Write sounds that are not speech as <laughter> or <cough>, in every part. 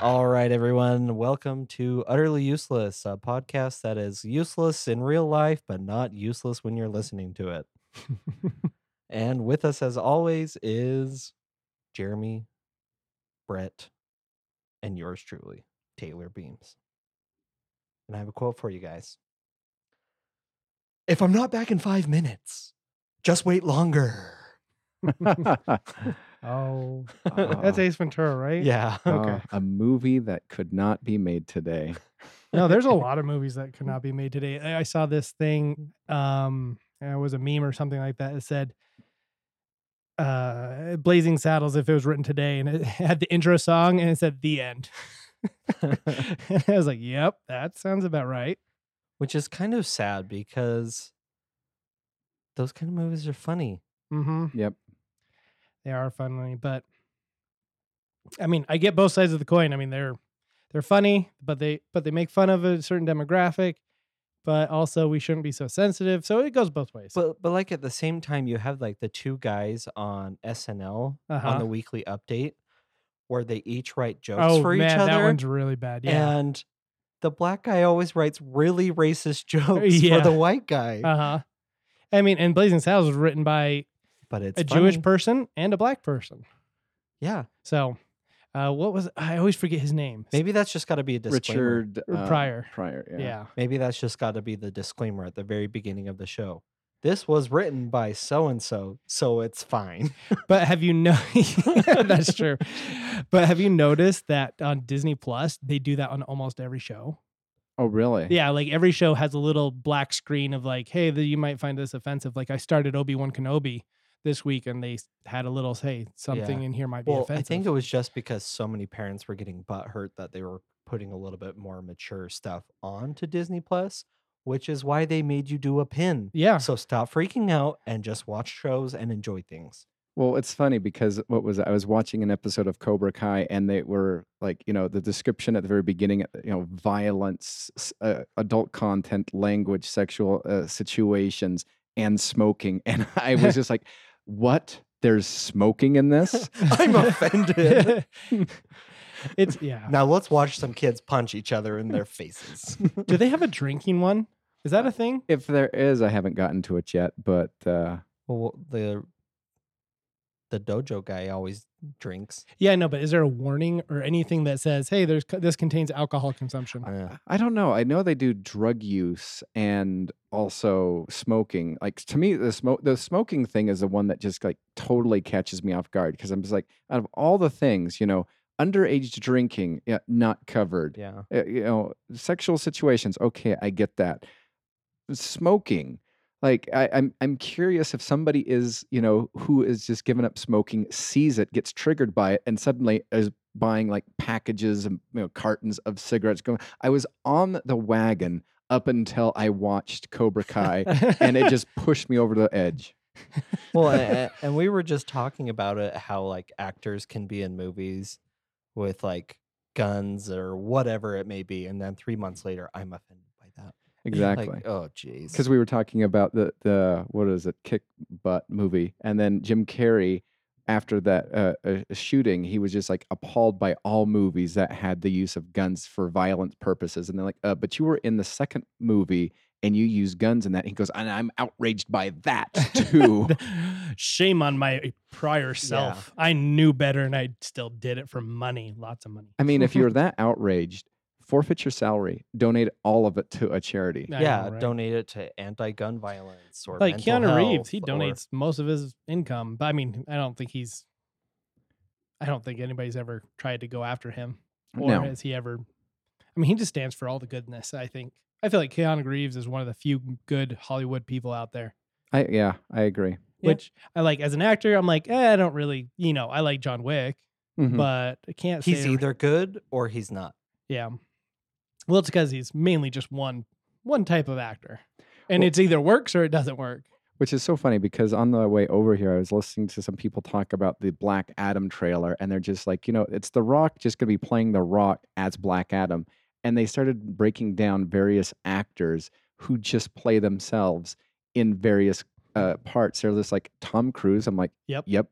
All right, everyone. Welcome to Utterly Useless, a podcast that is useless in real life, but not useless when you're listening to it. and with us, as always, is Jeremy, Brett, and yours truly, Taylor Beams. And I have a quote for you guys If I'm not back in five minutes, just wait longer. Oh, That's that's Ace Ventura, right? Yeah. Okay. Um, uh, a movie that could not be made today. No, there's a lot of movies that could not be made today. I I saw this thing. Um, it was a meme or something like that. It said, "Uh, Blazing Saddles." If it was written today, and it <laughs> had the intro song, and it said the end. <laughs> and I was like, "Yep, that sounds about right." Which is kind of sad because those kind of movies are funny. Mm-hmm. Yep. They are funny, but I mean, I get both sides of the coin. I mean, they're they're funny, but they but they make fun of a certain demographic. But also, we shouldn't be so sensitive. So it goes both ways. But but like at the same time, you have like the two guys on SNL on Uh-huh. the weekly update where they each write jokes oh for man, each other, that one's really bad. Yeah. and the black guy always writes really racist <laughs> jokes for Uh, yeah. the white guy. Uh huh. I mean, and Blazing Saddles was written by but it's a Jewish funny. person and a black person. yeah. So, uh, what was I always forget his name? Maybe that's just got to be a disclaimer. Richard Or uh, Pryor. Pryor. yeah. Yeah. Maybe that's just got to be the disclaimer at the very beginning of the show. This was written by so and so, so it's fine. But have you <laughs> know that's true. But have you noticed that on Disney Plus they do that on almost every show? Oh, really? Yeah, like every show has a little black screen of like, hey, the, you might find this offensive. Like I started Obi Wan Kenobi this week, and they s- had a little hey, something in here might be Well, I offensive. think it was just because so many parents were getting butt hurt that they were putting a little bit more mature stuff onto Disney Plus, which is why they made you do a pin. yeah, So stop freaking out and just watch shows and enjoy things. Well, it's funny because what was it? I was watching an episode of Cobra Kai, and they were like, you know, the description at the very beginning, uh, you know, violence, s- uh, adult content, language, sexual uh, situations, and smoking, <laughs> and I was just like, what? There's smoking <laughs> in this? <laughs> I'm offended. it's yeah. now let's watch some kids punch each other in their <laughs> faces. Do they have a drinking one? Is that a thing? if there is, I haven't gotten to it yet, but uh, <laughs> well, the the dojo guy always <laughs> drinks. Yeah, no, but is there a warning or anything that says, "Hey, there's co- this contains alcohol consumption"? Uh, I don't know. I know they do drug use and also smoking. Like to me, the smoke the smoking thing is the one that just like totally catches me off guard because I'm just like, out of all the things, you know, underage drinking, yeah, not covered. <laughs> yeah. Uh, you know, sexual situations, okay, I get that. Smoking, like I, I'm I'm curious if somebody is, you know, who is just giving up smoking, sees it, gets triggered by it, and suddenly is buying like packages and you know cartons of cigarettes going i was on the wagon up until i watched cobra kai and it just pushed me over the edge well and, and we were just talking about it how like actors can be in movies with like guns or whatever it may be and then three months later i'm offended by that <laughs> exactly like, oh jeez because we were talking about the the what is it kick butt movie and then jim carrey after that uh, uh, shooting he was just like appalled by all movies that had the use of guns for violent purposes and they're like uh, but you were in the second movie and you use guns in that he goes and i'm outraged by that too <laughs> Shame on my prior self. I knew better, and I still did it for money, lots of money. i mean if you're that outraged forfeit your salary donate all of it to a charity I yeah know, right? donate it to anti-gun violence or like mental Keanu Reeves, he health or- donates most of his income. But I mean, I don't think he's. I don't think anybody's ever tried to go after him, or No. has he ever? I mean, he just stands for all the goodness. I think. I feel like Keanu Reeves is one of the few good Hollywood people out there. i yeah i agree Yeah. Which I like as an actor. I'm like, eh, I don't really, you know, I like John Wick, Mhm. but I can't. Mm-hmm. he's say I- either good or he's not Yeah. Well, it's because he's mainly just one one type of actor, and Well- it's either works or it doesn't work. Which is so funny because on the way over here, I was listening to some people talk about the Black Adam trailer, and they're just like, you know, it's The Rock just going to be playing The Rock as Black Adam. And they started breaking down various actors who just play themselves in various uh, parts. They're just like Tom Cruise. I'm like, Yep. Yep.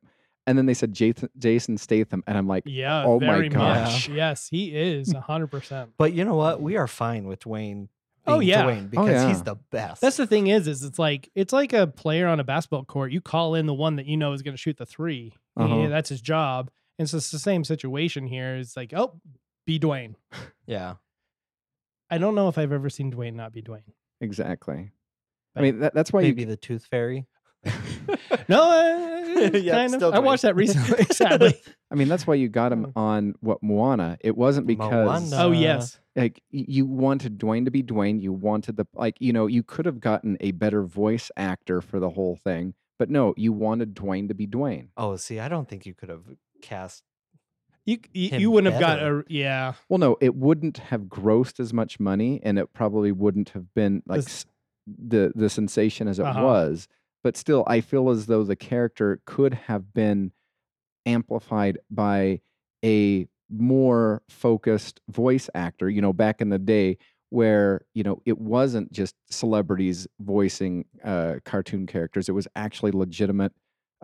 And then they said Jason, Jason Statham, and I'm like, Yeah. Oh my very gosh. Much. Yes, he is hundred percent. But you know what? We are fine with Dwayne. Oh, being yeah. Dwayne because he's yeah. the best. That's the thing is, is it's like it's like a player on a basketball court. You call in the one that you know is going to shoot the 3 Yeah, Uh-huh. that's his job. And so it's the same situation here. It's like, oh, be Dwayne. yeah. I don't know if I've ever seen Dwayne not be Dwayne. exactly. I But- mean, that, that's why Maybe the Tooth Fairy. you. <laughs> <laughs> <laughs> No, uh, it's Yeah, kind it's of. still I watched Dwayne. that <laughs> recently. <laughs> Sadly. I mean, that's why you got him Mm. on what Moana. It wasn't because Moana. oh Uh, yes, like y- you wanted Dwayne to be Dwayne. You wanted the like you know you could have gotten a better voice actor for the whole thing, but no, you wanted Dwayne to be Dwayne. Oh, see, I don't think you could have cast. you you, him you wouldn't have got better. a yeah. Well, no, it wouldn't have grossed as much money, and it probably wouldn't have been like This- s the the sensation as it Uh-huh. was. But still, I feel as though the character could have been amplified by a more focused voice actor. You know, back in the day where you know it wasn't just celebrities voicing uh, cartoon characters; it was actually legitimate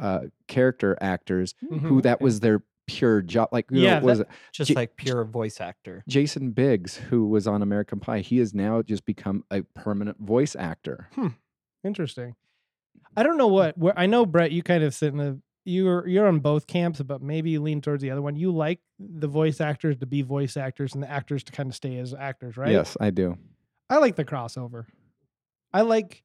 uh, character actors who Mhm. that was their pure job. Like, you know, Yeah, it was Just J- like pure voice actor. Jason Biggs, who was on American Pie, he has now just become a permanent voice actor. Interesting. I don't know what where I know Brett, you kind of sit in the you're you're on both camps, but maybe you lean towards the other one. You like the voice actors to be voice actors and the actors to kind of stay as actors, right? Yes, I do. I like the crossover. I like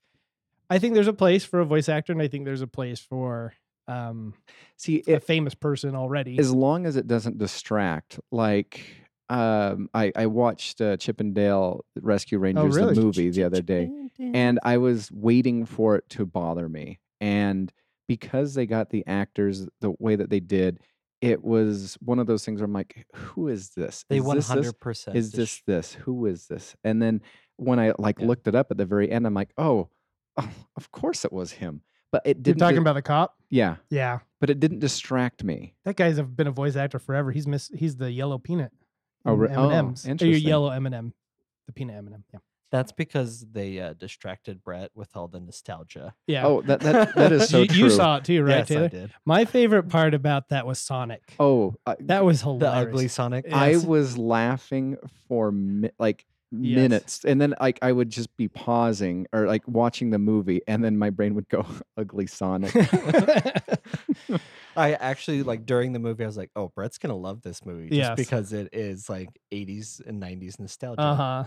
I think there's a place for a voice actor and I think there's a place for um See, a if famous person already. Uh, as long as it doesn't distract, like um, I, I watched uh, Chip and Dale Rescue Rangers really? the movie the other day, and I was waiting for it to bother me. And because they got the actors the way that they did, it was one of those things where I'm like, who is this? they Is one this this hundred percent is this this who is this and then when i like Yeah. looked it up at the very end i'm like oh, oh, of course it was him but it You're didn't talking di- about the cop? yeah Yeah. but it didn't distract me That guy's have been a voice actor forever. He's miss he's the yellow peanut. Oh, in re- oh, M&Ms. Or your interesting. yellow M&M. The peanut M&M. Yeah. That's because they uh, distracted Brett with all the nostalgia. Yeah. oh that, that <laughs> that is so you, true you saw it too, right, yes, Taylor? I did. My favorite part about that was Sonic. oh I, that was The <laughs> ugly hilarious. Sonic. Yeah. i yes. was laughing for mi- like Yes. minutes and then like i would just be pausing or like watching the movie and then my brain would go <laughs> <laughs> ugly sonic I actually like during the movie. I was like, "Oh, Brett's gonna love this movie just Yes. because it is like '80s and '90s nostalgia." uh huh.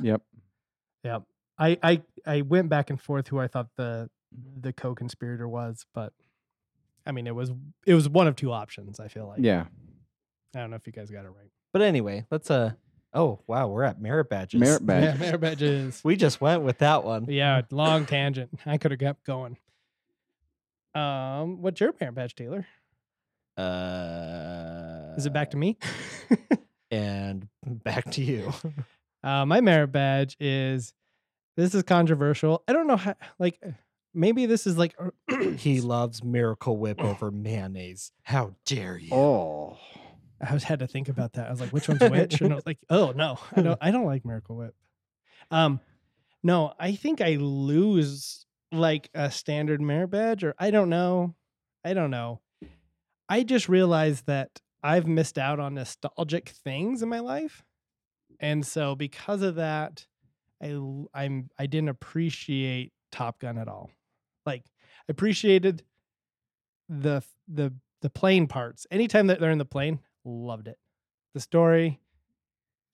yep I, I I went back and forth who I thought the the co-conspirator was, but I mean it was it was one of two options. I feel like. yeah I don't know if you guys got it right. But anyway, let's. Uh, oh wow, we're at merit badges. <laughs> merit <laughs> badge Yeah, Mayor Badges. We just went with that one. yeah, long tangent. I could have kept going. Um, what's your parent badge, Taylor? Uh, Is it back to me? <laughs> and back to you? Uh, my merit badge is this is controversial. I don't know how, like, maybe this is like, <clears throat> he loves Miracle Whip Oh. over mayonnaise. How dare you? oh I was had to think about that. I was like, which one's which? And I was like, oh no, I don't, I don't like Miracle Whip. Um, no, I think I lose like a standard merit badge, or I don't know, I don't know. I just realized that I've missed out on nostalgic things in my life, and so because of that, I l- I'm I didn't appreciate Top Gun at all. Like, I appreciated the f- the the plane parts. Anytime that they're in the plane, loved it. The story,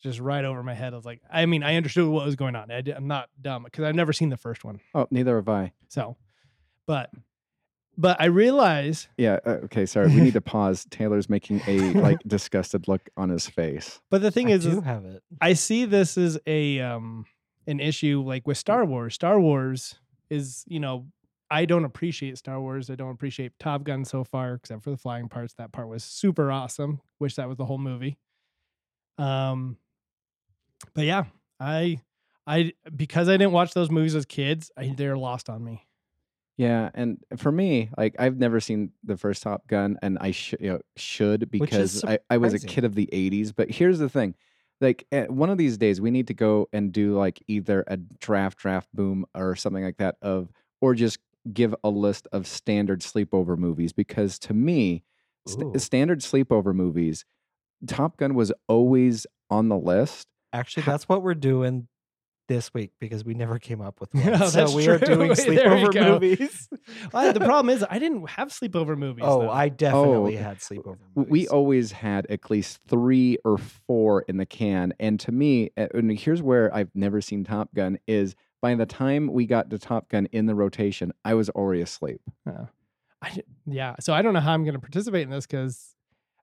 just right over my head. I was like, I mean, I understood what was going on. I am not dumb because I've never seen the first one. oh neither have i So, but but I realize Yeah. Uh, okay. Sorry. We <laughs> need to pause. Taylor's making a like disgusted look on his face. but the thing I is, is do have it. I see this as a um an issue like with Star Wars. Star Wars is, you know, I don't appreciate Star Wars. I don't appreciate Top Gun so far, except for the flying parts. That part was super awesome. Wish that was the whole movie. Um but yeah, I I because I didn't watch those movies as kids, I, they're lost on me. Yeah. And for me, like I've never seen the first Top Gun, and I sh- you know, should is because I, I was a surprising. kid of the '80s. But here's the thing. Like eh, one of these days, we need to go and do like either a draft, draft, boom, or something like that of, or just give a list of standard sleepover movies because to me, Ooh. St- standard sleepover movies, Top Gun was always on the list. Actually, Ha- that's what we're doing this week because we never came up <laughs> with one. Oh, so that's we are true. <laughs> doing There we sleepover go. <laughs> movies. Well, the problem is I didn't have sleepover movies. Oh, though. I definitely okay. had sleepover movies. W- We always had at least three or four in the can. And to me, uh, and here's where I've never seen Top Gun is by the time we got to Top Gun in the rotation, I was already asleep. I d- yeah. So I don't know how I'm going to participate in this because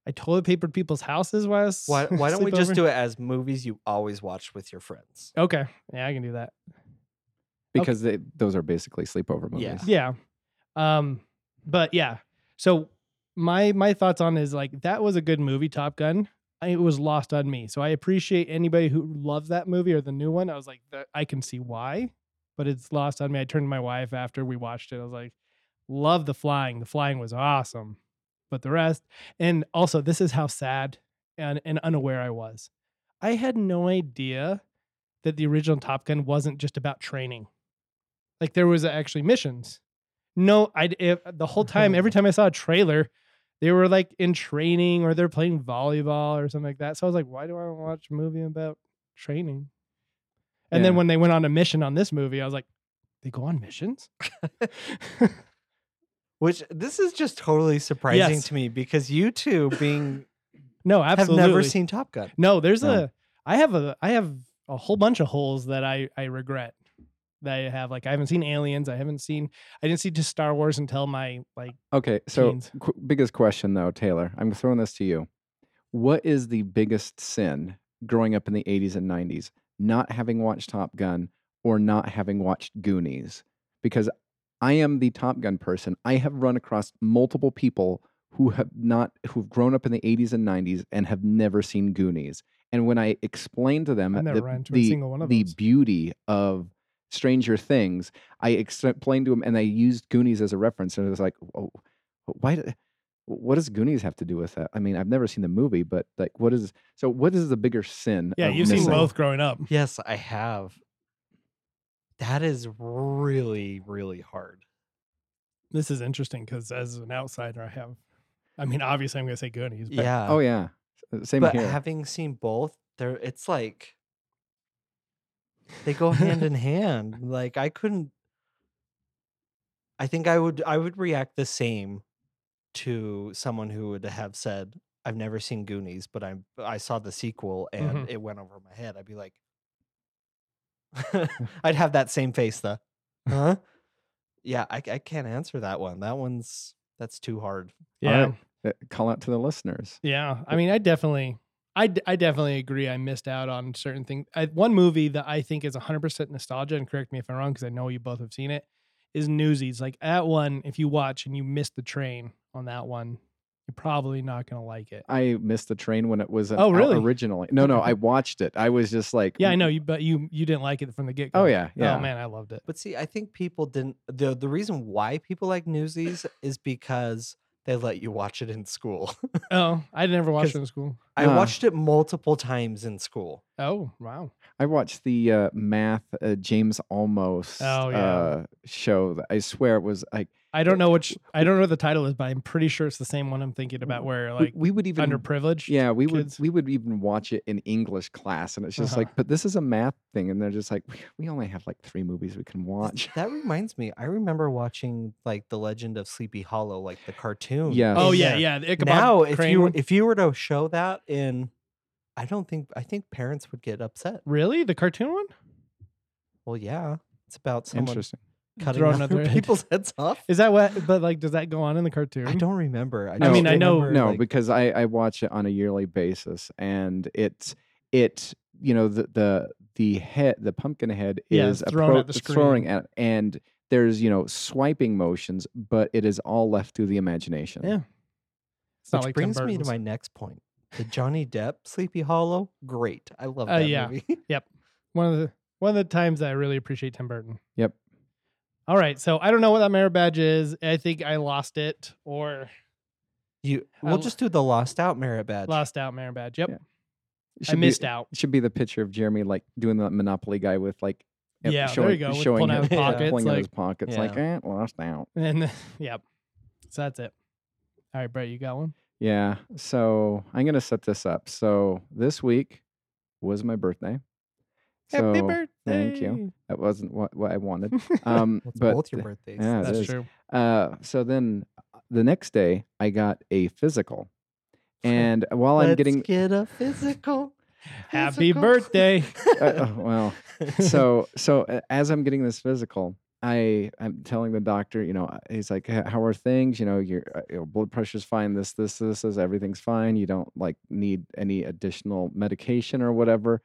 I toilet papered people's houses. While I was <laughs> Why, why don't we just sleepover. do it as movies you always watched with your friends? Okay. Yeah, I can do that. Okay. Because they, those are basically sleepover movies. Yeah. Yeah. Um. But yeah. So my my thoughts on is like that was a good movie, Top Gun. I- It was lost on me. So I appreciate anybody who loves that movie or the new one. I was like, "That- I can see why, but it's lost on me. I turned to my wife after we watched it. I was like, love the flying. The flying was awesome. But the rest, and also this is how sad and, and unaware I was. I had no idea that the original Top Gun wasn't just about training. Like there was actually missions. No, I if, the whole time, every time I saw a trailer, they were like in training or they're playing volleyball or something like that. So I was like, why do I wanna watch a movie about training? And then Yeah. when they went on a mission on this movie, I was like, they go on missions? <laughs> Which this is just totally surprising Yes. to me because you two being no, absolutely. have never seen Top Gun. No, there's No. a. I have a. I have a whole bunch of holes that I I regret that I have. Like I haven't seen Aliens. I haven't seen. I didn't see just Star Wars until my like. Okay. So, Teens. qu- biggest question though, Taylor, I'm throwing this to you. What is the biggest sin growing up in the 80s and 90s? Not having watched Top Gun or not having watched Goonies? Because I am the Top Gun person. I have run across multiple people who have not, who've grown up in the 80s and 90s and have never seen Goonies. And when I explained to them I've never the, ran to a the, single one of the those. beauty of Stranger Things, I explained to him, and I used Goonies as a reference, and it was like, oh, why? do- What does Goonies have to do with that? I mean, I've never seen the movie, but like, what is? So, what is the bigger sin? Yeah, of you've missing? seen both growing up. Yes, I have. That is really, really hard. This is interesting because as an outsider, I have. I mean, obviously, I'm going to say Goonies. But Yeah. Oh yeah, S- same but here. having seen both, there it's like they go hand <laughs> in hand. Like I couldn't I think I would I would react the same to someone who would have said, I've never seen Goonies, but I I saw the sequel and Mm-hmm. Mhm. it went over my head. I'd be like <laughs> I'd have that same face <laughs> though. Huh? yeah, I, I can't answer that one. That one's that's too hard. Yeah. Alright. Uh, Call out to the listeners. Yeah, I mean, I definitely, I, d- I definitely agree. I missed out on certain things. I, one movie that I think is 100% nostalgia, and correct me if I'm wrong, because I know you both have seen it, is Newsies. Like that one, if you watch and you missed the train on that one, you're probably not gonna like it. I missed the train when it was an Oh, really? originally. No, no, I watched it. I was just like, Yeah, I know you, but you you didn't like it from the get go. Oh yeah, yeah. Oh man, I loved it. But see, I think people didn't the the reason why people like Newsies is because they let you watch it in school. <laughs> Oh, I never watched 'Cause- it in school. I Ah. watched it multiple times in school. Oh wow. I watched the uh, math uh, James Almost Oh, yeah. uh, show. that- I swear it was like I don't know which I don't know what the title is, but I'm pretty sure it's the same one I'm thinking about. Where we- like we, would even underprivileged. yeah we kids. would we would even watch it in English class, and it's just Uh-huh. like, but this is a math thing, and they're just like, "We- we only have like three movies we can Th- watch. That reminds me, I remember watching like The Legend of Sleepy Hollow, like the cartoon. Yes. Oh in yeah, there. yeah. The Ichabod Now, if Crane you one. if you were to show that in, I don't think I think parents would get upset. Really? The cartoon one? Well, yeah, it's about someone Interesting. cutting <laughs> Throwing other <laughs> other- people's heads <laughs> off. Is that what but like does that go on in the cartoon? I don't remember. I, No, just mean, I know- remember, No, like- because I I watch it on a yearly basis, and it's it you know the the the head the pumpkin head Yeah, is it's thrown at appro- the it's throwing screen. at and there's you know swiping motions, but it is all left to the imagination. Yeah. It's not Which like Tim brings me to Burton's. my next point. The Johnny Depp Sleepy Hollow, great. I love Uh, that yeah. movie. <laughs> one of the one of the times that I really appreciate Tim Burton. Yep. All right. So I don't know what that merit badge is. I think I lost it or You, I we'll lo- just do the Lost Out merit badge. lost out merit badge. Yep. Yeah. I Should be- missed out. It should be the picture of Jeremy like doing that Monopoly guy with like uh, Yeah, there showing, you go, with showing pulling out his <laughs> yeah, pockets, pulling out <laughs> his like- pockets like eh, lost out. And then, yep. So that's it. All right, Brett, you got one? Yeah. So I'm going to set this up. So this week was my birthday. Happy So birthday. thank you. That wasn't what, what <laughs> I wanted. Um, Well, it's but both your th- birthdays. yeah, it That's is. true. Uh, so then uh, the next day, I got a physical. And while I'm Let's getting, get a physical. Happy physical. birthday. <laughs> uh, uh, well, so so uh, as I'm getting this physical, I I'm telling the doctor, you know, uh, he's like, "H- how are things? You know, your uh, your blood pressure's fine. This this this is everything's fine. You don't like need any additional medication or whatever.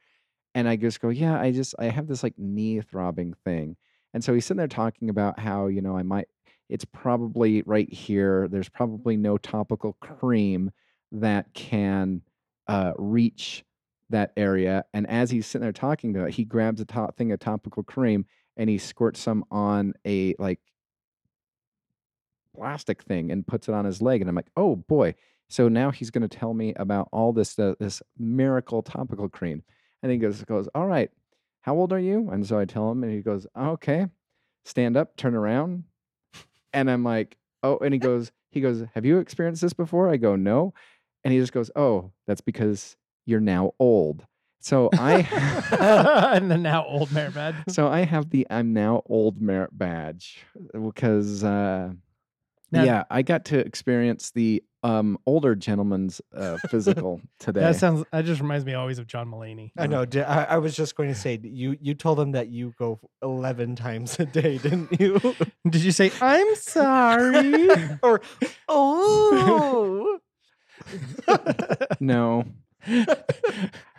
And I just go, yeah, I just I have this like knee throbbing thing. And so he's sitting there talking about how you know I might. It's probably right here. There's probably no topical cream that can uh, reach that area. And as he's sitting there talking to it, he grabs a top thing of topical cream and he squirts some on a like plastic thing and puts it on his leg. And I'm like, oh boy. So now he's going to tell me about all this uh, this miracle topical cream. And he goes goes, all right. How old are you? And so I tell him, and he goes, okay. Stand up, turn around. And I'm like, oh. And he goes, he goes, have you experienced this before? I go, no. And he just goes, oh, that's because you're now old. So <laughs> I. <laughs> and the now old Mayor Bad. So I have the I'm now old merit badge because uh, Now- yeah, I got to experience the um, older gentleman's uh, physical today. That sounds. That just reminds me always of John Mulaney. <laughs> um I know. di- I, I was just going to say you. You told them that you go eleven times a day, <laughs> didn't <laughs> you? Did you say <laughs> I'm sorry? <laughs> or oh, no.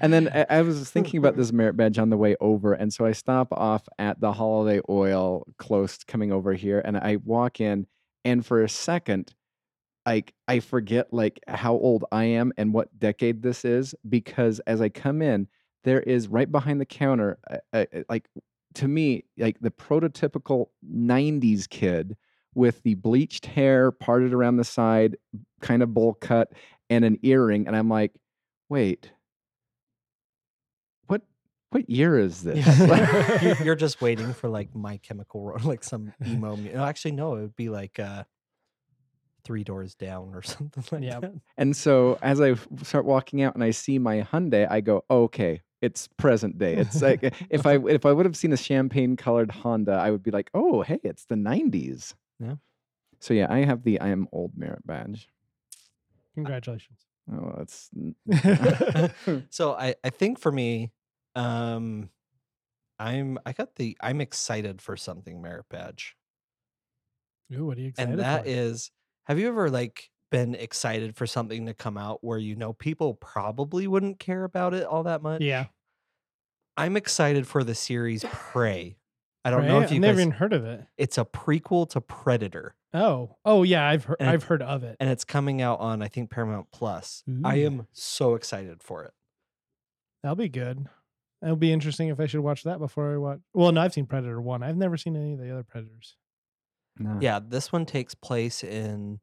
and then I, I was thinking about this merit badge on the way over, and so I stop off at the Holiday Oil close coming over here, and I walk in, and for a second, like I forget like how old I am and what decade this is because as I come in, there is right behind the counter, uh, uh, uh, like to me, like the prototypical '90s kid with the bleached hair parted around the side, kind of bowl cut, and an earring, and I'm like, wait, what what year <laughs> <laughs> is this? <laughs> Yeah. You- you're just waiting for like My Chemical Ro- like some emo. mu- no, Actually, no, it would be like uh, Three Doors Down or <laughs> something like Yep. that. And so as I f- start walking out and I see my Hyundai, I go, oh, okay, it's present day. <laughs> It's like uh, if I if I would have seen a champagne colored Honda, I would be like, oh, hey, it's the '90s. Yeah. So yeah, I have the I am old merit badge. <laughs> Congratulations. Oh, that's <laughs> <laughs> So I, I think for me, um, I'm I got the I'm excited for something merit badge, Ooh, what are you excited and that for? is have you ever like been excited for something to come out where you know people probably wouldn't care about it all that much? yeah. I'm excited for the series Prey. I don't know right? if you I've never guys, even heard of it. it's a prequel to Predator, Oh, oh yeah, I've heard. And I've heard of it. and it's coming out on I think Paramount Plus. I Ooh. am so excited for it. That'll be good. It'll be interesting if I should watch that before I watch. Well, no, I've seen Predator One. I've never seen any of the other Predators. no. yeah this one takes place in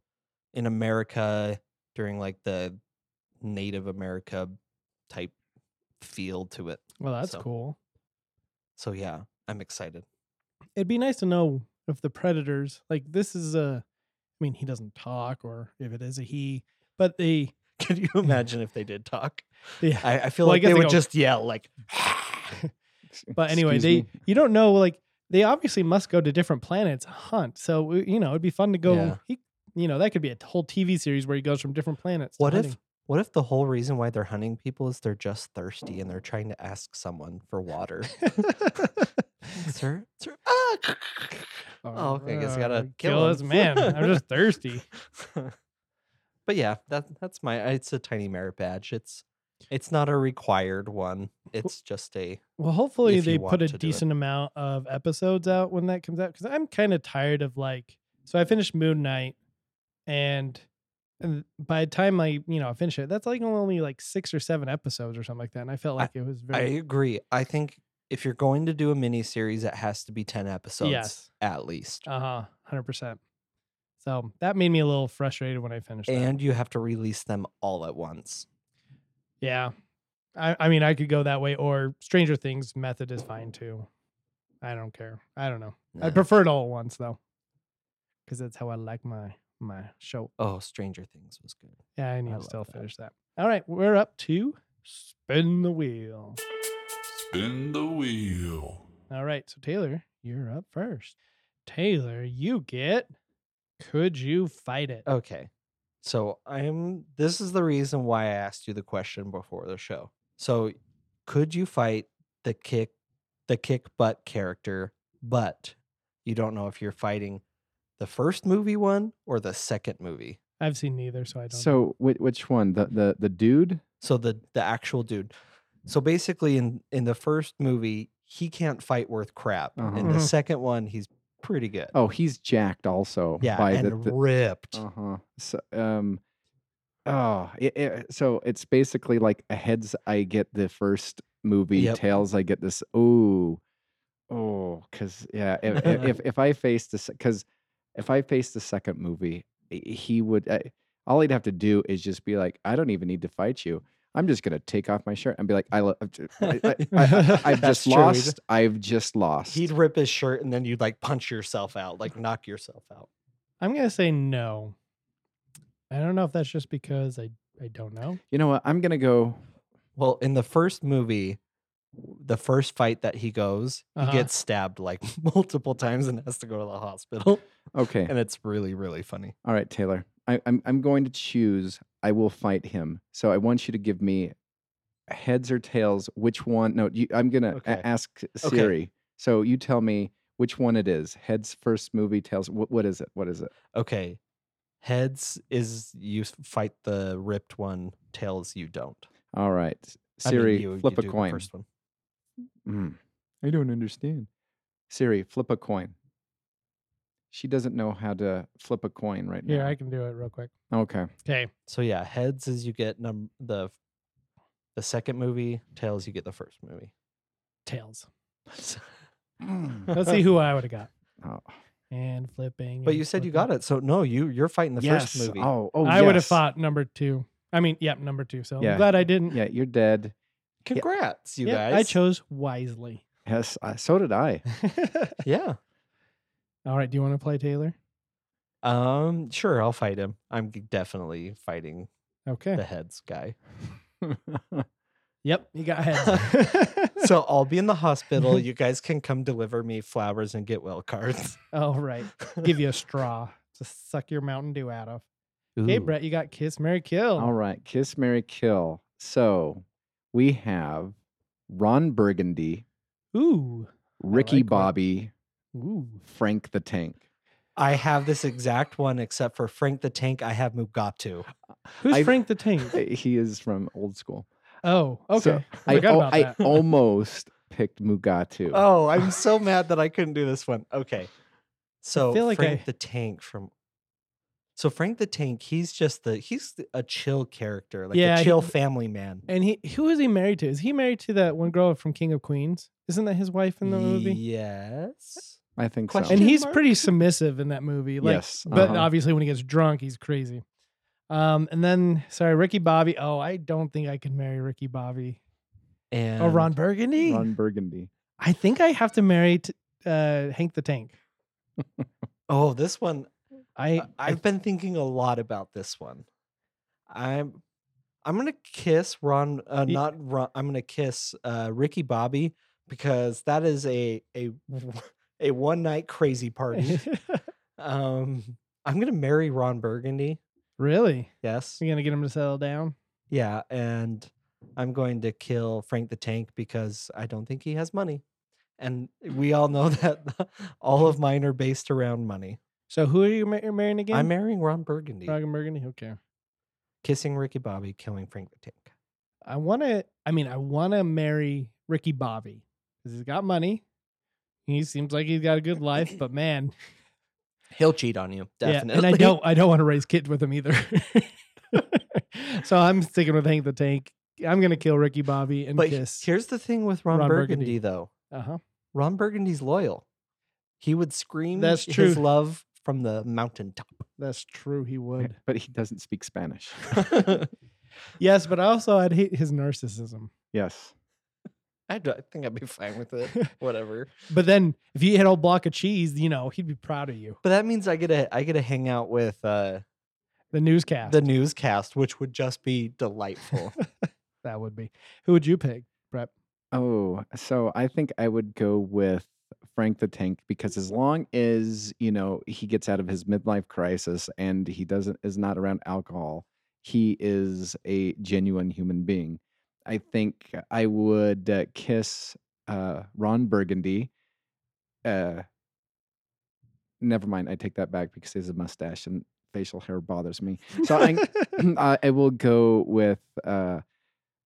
in america during like the native america type feel to it Well, that's So- cool. so yeah i'm excited <laughs> It'd be nice to know if the Predators like this is a. I mean, he doesn't talk, or if it is a he, but the can you imagine if they did talk yeah. i, I feel Well, I like guess they they would go, just yell like "Ah, Ex- But anyway, excuse they me. you don't know like they obviously must go to different planets hunt. So w- you know it'd be fun to go. Yeah. He, you know that could be a whole TV series where he goes from different planets. to what if hunting. what if the whole reason why they're hunting people is they're just thirsty and they're trying to ask someone for water <laughs> sir <laughs> sir ah! oh okay i guess i gotta kill, kill him. this man. <laughs> I'm just thirsty. but yeah, that that's my. It's a tiny merit badge. It's it's not a required one. It's just a. Well, hopefully If you they want put a to do it. decent amount of episodes out when that comes out because I'm kind of tired of like. So I finished Moon Knight, and and by the time I you know I finish it, that's like only like six or seven episodes or something like that, and I felt like it was I very agree. I think if you're going to do a mini series, it has to be ten episodes yes, at least, uh huh, hundred percent. So that made me a little frustrated when I finished. that. and you have to release them all at once. yeah, I I mean I could go that way or Stranger Things method is fine too. I don't care. I don't know. I Nah. prefer it all at once though, because that's how I like my my show. Oh, Stranger Things was good. Yeah, I need I to love still that. finish that. All right, we're up to spin the wheel. Spin the wheel. All right, so Taylor, you're up first. Taylor, you get. Could you fight it? Okay. So I'm this is the reason why I asked you the question before the show. So could you fight the kick the kick butt character, but you don't know if you're fighting the first movie one or the second movie. I've seen neither, so I um don't. know. So whi- which one? The the the dude? So the the actual dude. So basically in in the first movie, he can't fight worth crap. In Uh-huh. <laughs> the Mhm. second one, he's pretty good. Oh, he's jacked also. yeah, by and the, the, ripped. Uh huh. So, um, oh, it, it- so it's basically like a heads I get the first movie, Yep. tails I get this. Ooh, oh, because yeah, i- i- <laughs> if if I face this, because if I face the second movie, i- he would. I, all he'd have to do is just be like, I don't even need to fight you. I'm just gonna take off my shirt and be like, I, lo- I, <laughs> I, That's have just true, he'd- lost. I've just lost. He'd rip his shirt and then you'd like punch yourself out, like knock yourself out. <laughs> I'm gonna say no. I don't know if that's just because I I don't know. you know what? I'm gonna go. Well, in the first movie, the first fight that he goes, Uh-huh. he gets stabbed like <laughs> multiple times and has to go to the hospital. <laughs> Okay. And it's really, really funny. All right, Taylor. I, I'm I'm going to choose. I will fight him. So I want you to give me heads or tails. Which one? No, you, I'm gonna a- Okay. ask Siri. So you tell me which one it is. Heads first movie. Tails. What what is it? What is it? Okay. Heads is you s- fight the ripped one, tails you don't. All right, I mean, Siri, you- you flip do a the coin. first one. Mm. I don't understand. Siri, flip a coin. She doesn't know how to flip a coin right Here, now. I can do it real quick. <clears throat> Okay. Okay. So yeah, heads is you get num- the the second movie, tails you get the first movie. <laughs> Tails. Mm. Let's see who I would have got. Oh, And flipping. But and you said you flipping. got it. So no, you you're fighting the yes. first movie. Oh, oh, I would have yes. thought number two. I mean, yep, number two. So Yeah. I'm glad I didn't. Yeah, you're dead. Congrats, you Yeah, guys. I chose <laughs> wisely. Yes, I, so did I. Yeah. All right. Do you want to play Taylor? Um, sure, I'll fight him. I'm g- definitely fighting the Okay. heads guy. Yep. You <laughs> got heads. <laughs> So I'll be in the hospital. You guys can come deliver me flowers and get well cards. All <laughs> right. Give you a straw to suck your Mountain Dew out of. Okay, Ooh, Brett, you got kiss, Mary kill. All right, kiss, Mary, kill. So we have Ron Burgundy, Ooh. Ricky like that. Bobby, Ooh. Frank the Tank. <laughs> I have this exact one, except for Frank the Tank. I have Mugatu. Who's I- Frank the <laughs> Tank? Uh, He is from old school. Oh, okay. So I I, forgot al- about I that. almost picked Mugatu. Oh, I'm so mad that I couldn't do this one. Okay, so feel like Frank I- the Tank from. So Frank the Tank, he's just the he's the- a chill character, like Yeah, a he- chill family man. And he who is he married to? Is he married to that one girl from King of Queens? Isn't that his wife in the movie? Yes. I think so. Question- And he's mark? pretty submissive in that movie. Like, Yes, But uh-huh. obviously when he gets drunk, he's crazy. Um, and then sorry, Ricky Bobby. Oh, I don't think I can marry Ricky Bobby. And Oh, Ron Burgundy. Ron Burgundy. I think I have to marry t- uh, Hank the Tank. Oh, this one I, Uh, I- I've been thinking a lot about this one. I'm I'm gonna kiss Ron, uh, Ye- not Ron. I'm gonna kiss uh, Ricky Bobby because that is a a <laughs> a one night crazy <laughs> party. um, I'm gonna marry Ron Burgundy. really. Yes, You're gonna get him to settle down. yeah, and I'm going to kill Frank the Tank because I don't think he has money, and we all know <laughs> that all of mine are based around money. So who are you mar- you're marrying again? I'm marrying Ron Burgundy, Ron Burgundy. Okay. kissing Ricky Bobby, killing Frank the Tank. I want to. I mean, I want to marry Ricky Bobby because he's got money. He seems like he's got a good life, but <laughs> man, He'll cheat on you, yeah, definitely. and I don't. I don't want to raise kids with him either. <laughs> so I'm sticking with Hank the Tank. I'm gonna kill Ricky Bobby <laughs> and But he- kiss. here's the thing with Ron, Ron Burgundy, Burgundy. though. Uh huh. Ron Burgundy's loyal. He would scream That's his true. love from the mountaintop. <laughs> That's true. He would. But he doesn't speak Spanish. yes, but also I'd hate his narcissism. Yes. I, d- I think I'd be fine with <laughs> it. Whatever. <laughs> But then if you hit old block of cheese, you know, he'd be proud of you. But that means I get to I get to hang out with uh, The newscast. the newscast, which would just be <laughs> delightful. that would be. Who would you pick, Brett? Oh, so I think I would go with Frank the Tank because as long as, you know, he gets out of his midlife crisis and he doesn't is not around alcohol, he is a genuine human being. I think I would uh, kiss uh, Ron Burgundy. Uh, never mind, I take that back because he has a mustache and facial hair bothers me. So I, I, I will go with uh,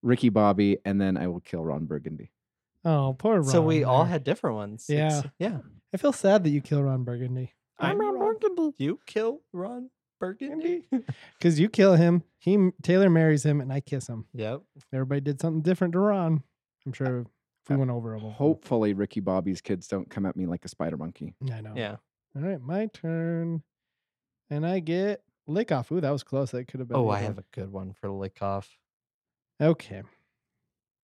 Ricky Bobby and then I will kill Ron Burgundy. <laughs> oh, poor Ron. so we all there. had different ones. Yeah. yeah. I feel sad that you kill Ron Burgundy. I'm Ron You kill Ron Burgundy. <laughs> Because you kill him, he m- Taylor marries him, and I kiss him. <laughs> yep. Everybody did something different to Ron. I'm sure if we I went over a little. Hopefully, Ricky Bobby's kids don't come at me like a spider monkey. I know. Yeah. All right, my turn, and I get lick off. Ooh, that was close. That could have been. Oh, I either. have a good one for Lickoff. Okay.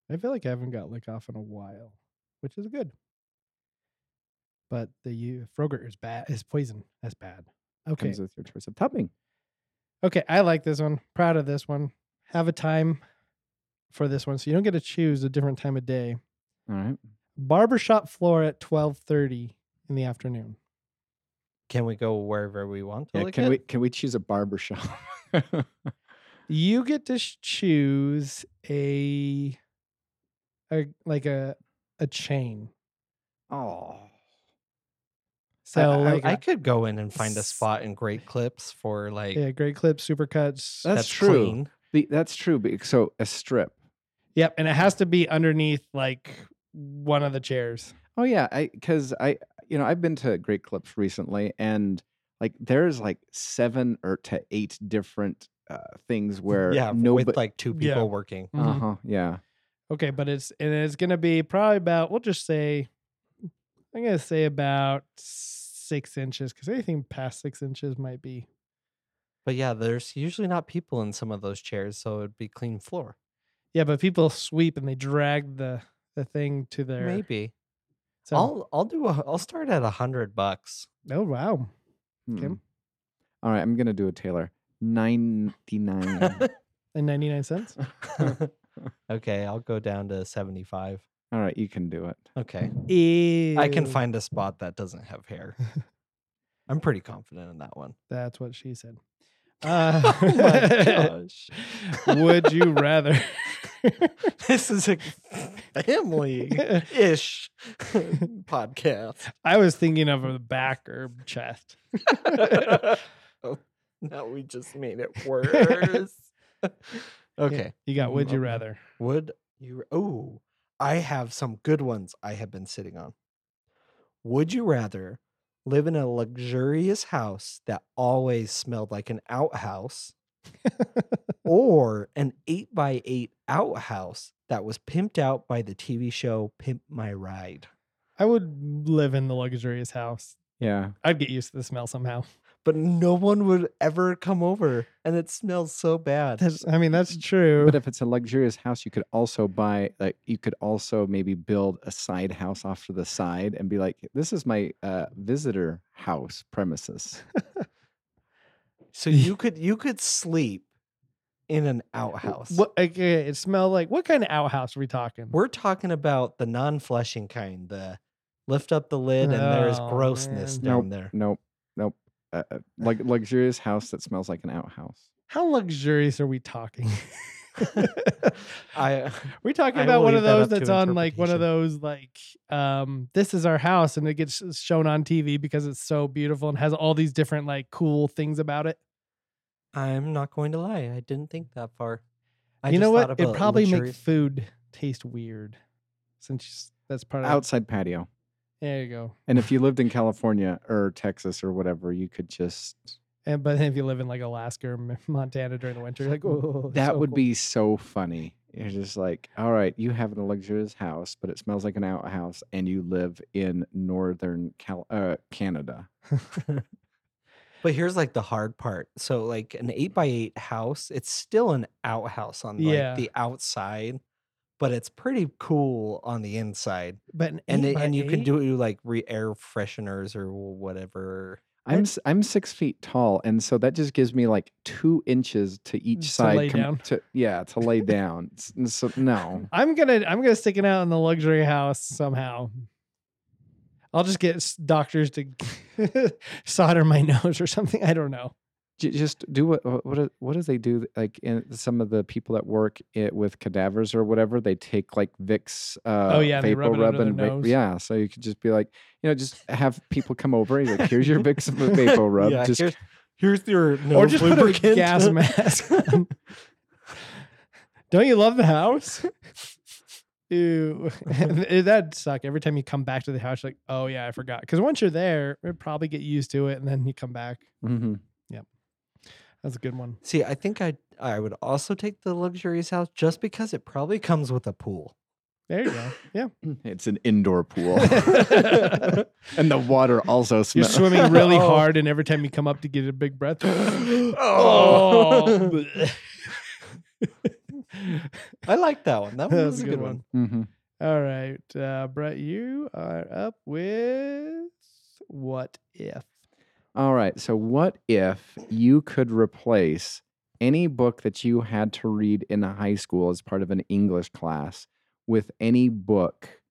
I feel like I haven't got lick off in a while, which is good. But the u- Frogurt is bad. Is poison. That's bad. Okay. Comes with your choice of topping. Okay, I like this one. Proud of this one. Have a time for this one. So you don't get to choose a different time of day. All right. Barbershop floor at 12:30 in the afternoon. Can we go wherever we want to Yeah, lick can it? we can we choose a barber shop? <laughs> You get to sh- choose a a like a a chain. oh, So I, I- like I could go in and find a S- spot in great clips for like yeah, great clips, supercuts. That's- true. clean. the, that's true. But so a strip. yep, and it has to be underneath like one of the chairs. Oh yeah, I because I you know I've been to Great Clips recently, and like there's like seven or to eight different uh, <laughs> things where yeah, nobody. with like two Yeah. people working. Mhm. uh huh. Yeah. Okay, but it's and it's gonna be probably about we'll just say I'm gonna say about six inches because anything past six inches might be But yeah, there's usually not people in some of those chairs, so it'd be clean floor. yeah, but people sweep and they drag the the thing to their Maybe so I'll I'll do a I'll start at a hundred bucks. oh wow. Hmm. All right, I'm gonna do a Taylor ninety <laughs> nine. And ninety nine cents? okay, I'll go down to seventy five. All right, you can do it. Okay, <laughs> I I can find a spot that doesn't have hair. I'm pretty confident in that one. <laughs> that's what she said. Uh, Oh <laughs> my gosh. <laughs> Would you rather? This is a family ish podcast. I was thinking of the back or chest. <laughs> oh, now we just made <laughs> it worse. okay. You got would you Mm, rather? <laughs> Would you? Oh, I have some good ones I have been sitting on. Would you rather live in a luxurious house that always smelled like an outhouse or an 8 by 8 outhouse that was pimped out by the TV show Pimp My Ride? I would live in the luxurious house. Yeah. I'd get used to the smell somehow. But no one would ever come over and it smells so bad. <laughs> That's, I mean, that's true. But if it's a luxurious house, you could also buy like you could also maybe build a side house off to the side and be like, this is my uh, visitor house <laughs> premises. So you could you could sleep in an outhouse. What, okay, it smelled like what kind of outhouse are we talking? We're talking about the non-fleshing kind. The lift up the lid and there's Oh, grossness man. down there. nope, nope. Uh, uh, like <laughs> luxurious house that smells like an outhouse. How luxurious are <laughs> we talking? <laughs> I <laughs> We're talking I about will one of leave that those up to that's on like one of those like um this is our house and it gets shown on TV because it's so beautiful and has all these different like cool things about it. I'm not going to lie. I didn't think that far. I just you know thought what? It about probably makes luxurious- food taste weird since that's part of Outside patio. There you go. And if you lived in California or Texas or whatever, you could just And but if you live in like Alaska or M- Montana during the winter, you're like, oh, that so would cool." be so funny. You're just like, all right, you have a luxurious house, but it smells like an outhouse, and you live in northern Cal- uh, Canada. But here's like the hard part. So like an eight by eight house, it's still an outhouse on like Yeah. the outside, but it's pretty cool on the inside. But an And eight it- by and you can eight? do like re air fresheners or whatever. I'm s- I'm six feet tall, and so that just gives me like two inches to each To side. lay down. To, yeah, to lay down. S- and So no, I'm gonna I'm gonna stick it out in the luxury house somehow. I'll just get s- doctors to <laughs> solder my <laughs> nose or something. I don't know. J- just do what what what do, what do they do? Like in some of the people that work it with cadavers or whatever, they take like Vicks. Uh, Oh, yeah, and they rub vapor it under their and va- nose. yeah. So you could just be like, you know, just have people come over. He's <laughs> like, here's your Vicks <laughs> vapor rub. Yeah, just here's, here's your nose or just put a lubricant. <laughs> gas mask. on. don't you love the house? Ew, <laughs> that'd suck. Every time you come back to the house, you're like, oh yeah, I forgot. Because once you're there, you probably get used to it, and then you come back. Mhm. That's a good one. See, I think I I would also take the luxurious house just because it probably comes with a <gasps> pool. There you go. Yeah, It's an indoor <laughs> pool, <laughs> and the water also you're smells. swimming really <laughs> Oh. hard, and every time you come up to get a big breath. <gasps> oh, <laughs> I like that <laughs> one. That one That was a good, one. Mhm. All right, uh, Brett, you are up with what if? All right. So, what if you could replace any book that you had to read in high school as part of an English class with any book?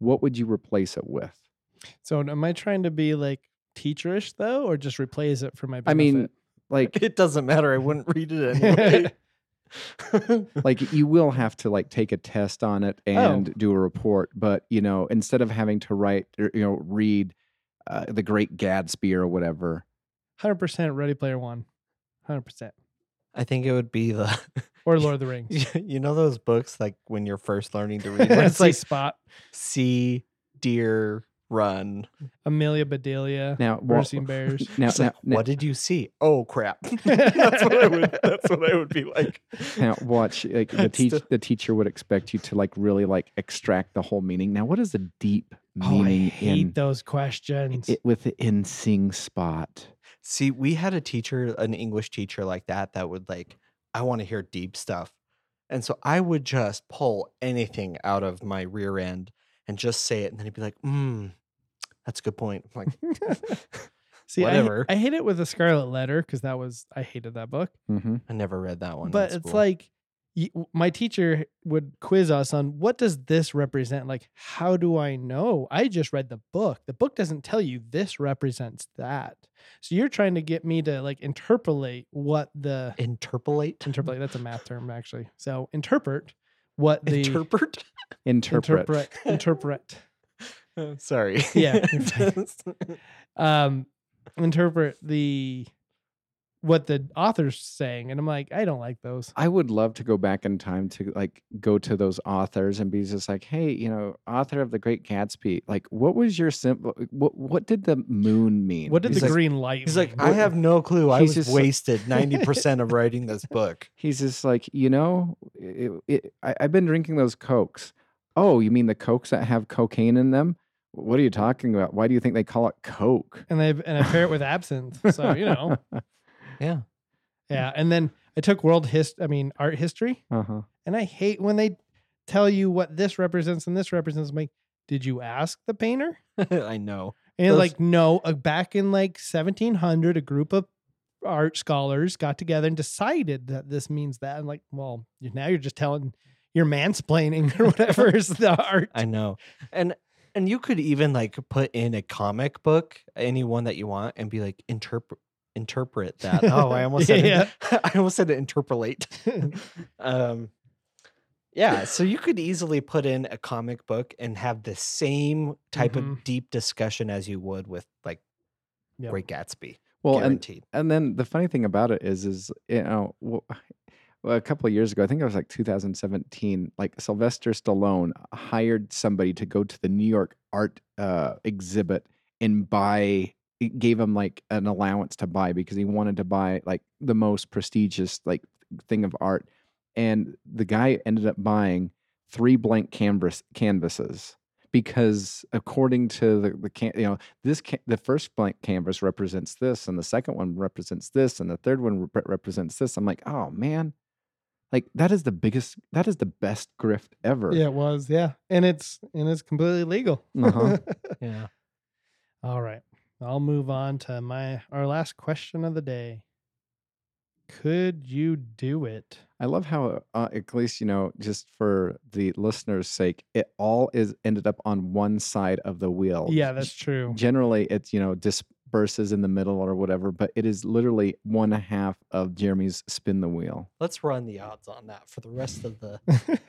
What would you replace it with? So, am I trying to be like teacherish though, or just replace it for my? I mean, Benefit? <laughs> like, It doesn't matter. I wouldn't read it anyway. <laughs> like you will have to like take a test on it and do a report, but you know, instead of having to write, or, you know, read uh, the Great Gatsby or whatever. hundred percent Ready Player One, hundred percent, I think it would be the <laughs> or Lord of the Rings. you know those books like when you're first learning to <laughs> read. where it's See like Spot, see, deer, run. Amelia Bedelia, Now, wha- Bursting Bears. <laughs> now, It's now, like, now, what did you see? Oh crap! <laughs> that's what I would. That's what I would be like. Now watch like <laughs> the It's teach still- the teacher would expect you to like really like extract the whole meaning. Now what is the deep Oh, I meaning hate in those questions. it with the in sing spot? See, we had a teacher, an English teacher like that, that would like, I want to hear deep stuff. And so I would just pull anything out of my rear end and just say it. And then he'd be like, mm, that's a good point. I'm like, <laughs> <laughs> See, I- whatever. I, hate it with the Scarlet Letter because that was I hated that book. Mm-hmm. I never read that one. in but it's school." like y- w- my teacher would quiz us on what does this represent like how do i know i just read the book the book doesn't tell you this represents that so you're trying to get me to like interpolate what the interpolate, interpolate that's a math term actually so interpret what the <laughs> interpret. Interpret. interpret interpret Oh, Sorry. <laughs> Yeah, <laughs> you're fine. um interpret the what the author's saying and i'm like i don't like those I would love to go back in time to like go to those authors and be just like, hey, you know, author of the Great Gatsby, like what was your simple? What what did the moon mean? what did He's the like- green light He's like, mean? I have no clue. I He's was just <laughs> like- wasted 90% of writing this book. He's just like, you know, it, it, I, I've been drinking those cokes. Oh, you mean the cokes that have cocaine in them? What are you talking about? Why do you think they call it coke? and I and I pair it with absinthe. So you know, <laughs> Yeah. yeah. And then I took world hist, I mean art history, Uh huh. and I hate when they tell you what this represents and this represents. I'm like, did you ask the painter? <laughs> I know. And Those- like, no. uh, Back in like 1700, a group of art scholars got together and decided that this means that. And like, well, you- now you're just telling. You're mansplaining <laughs> or whatever is the <laughs> art. I know. And and you could even like put in a comic book, any one that you want, and be like interpret interpret <laughs> that. Oh, I almost said Yeah. it, <laughs> I almost said <laughs> interpolate. um yeah, so you could easily put in a comic book and have the same type Mhm. of deep discussion as you would with like Yeah. Great Gatsby. Well, and guaranteed. and then the funny thing about it is, is you know, well, <sighs> well, a couple of years ago, I think it was like 2017. Like Sylvester Stallone hired somebody to go to the New York art uh, exhibit and buy. It gave him like an allowance to buy because he wanted to buy like the most prestigious like thing of art, and the guy ended up buying three blank canvas canvases because according to the, the can, you know this ca- the first blank canvas represents this and the second one represents this and the third one rep- represents this i'm like oh man Like that is the biggest, that is the best grift ever. Yeah, it was. Yeah, and it's and it's completely legal. <laughs> Uh-huh. <laughs> Yeah. All right, I'll move on to my our last question of the day. Could you do it? I love how, uh, at least you know, just for the listeners' sake, it all is ended up on one side of the wheel. Oh, Yeah, G- that's true. generally it's you know disperses in the middle or whatever, but it is literally one half of Jeremy's spin the wheel. Let's run the odds on that for the rest of the. <laughs>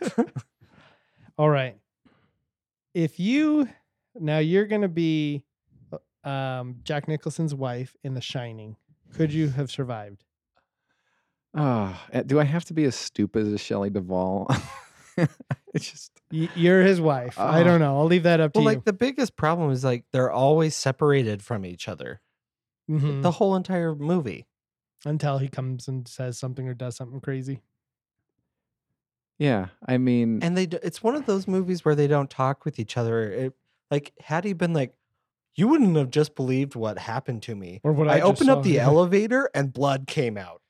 <laughs> All right. If you now you're going to be uh, um, Jack Nicholson's wife in The Shining, could you have survived? Ah, uh, do I have to be as stupid as Shelley Duvall? <laughs> it's just Y- You're his wife. I Uh, don't know. I'll leave that up Ah. to Well, you. like the biggest problem is like they're always separated from each other Mhm. the whole entire movie. Until he comes and says something or does something crazy. yeah. I mean, And they, d- it's one of those movies where they don't talk with each other. It, like, had he been like, you wouldn't have just believed what happened to me. Or <laughs> what I, I, just opened up saw. the elevator and blood came out.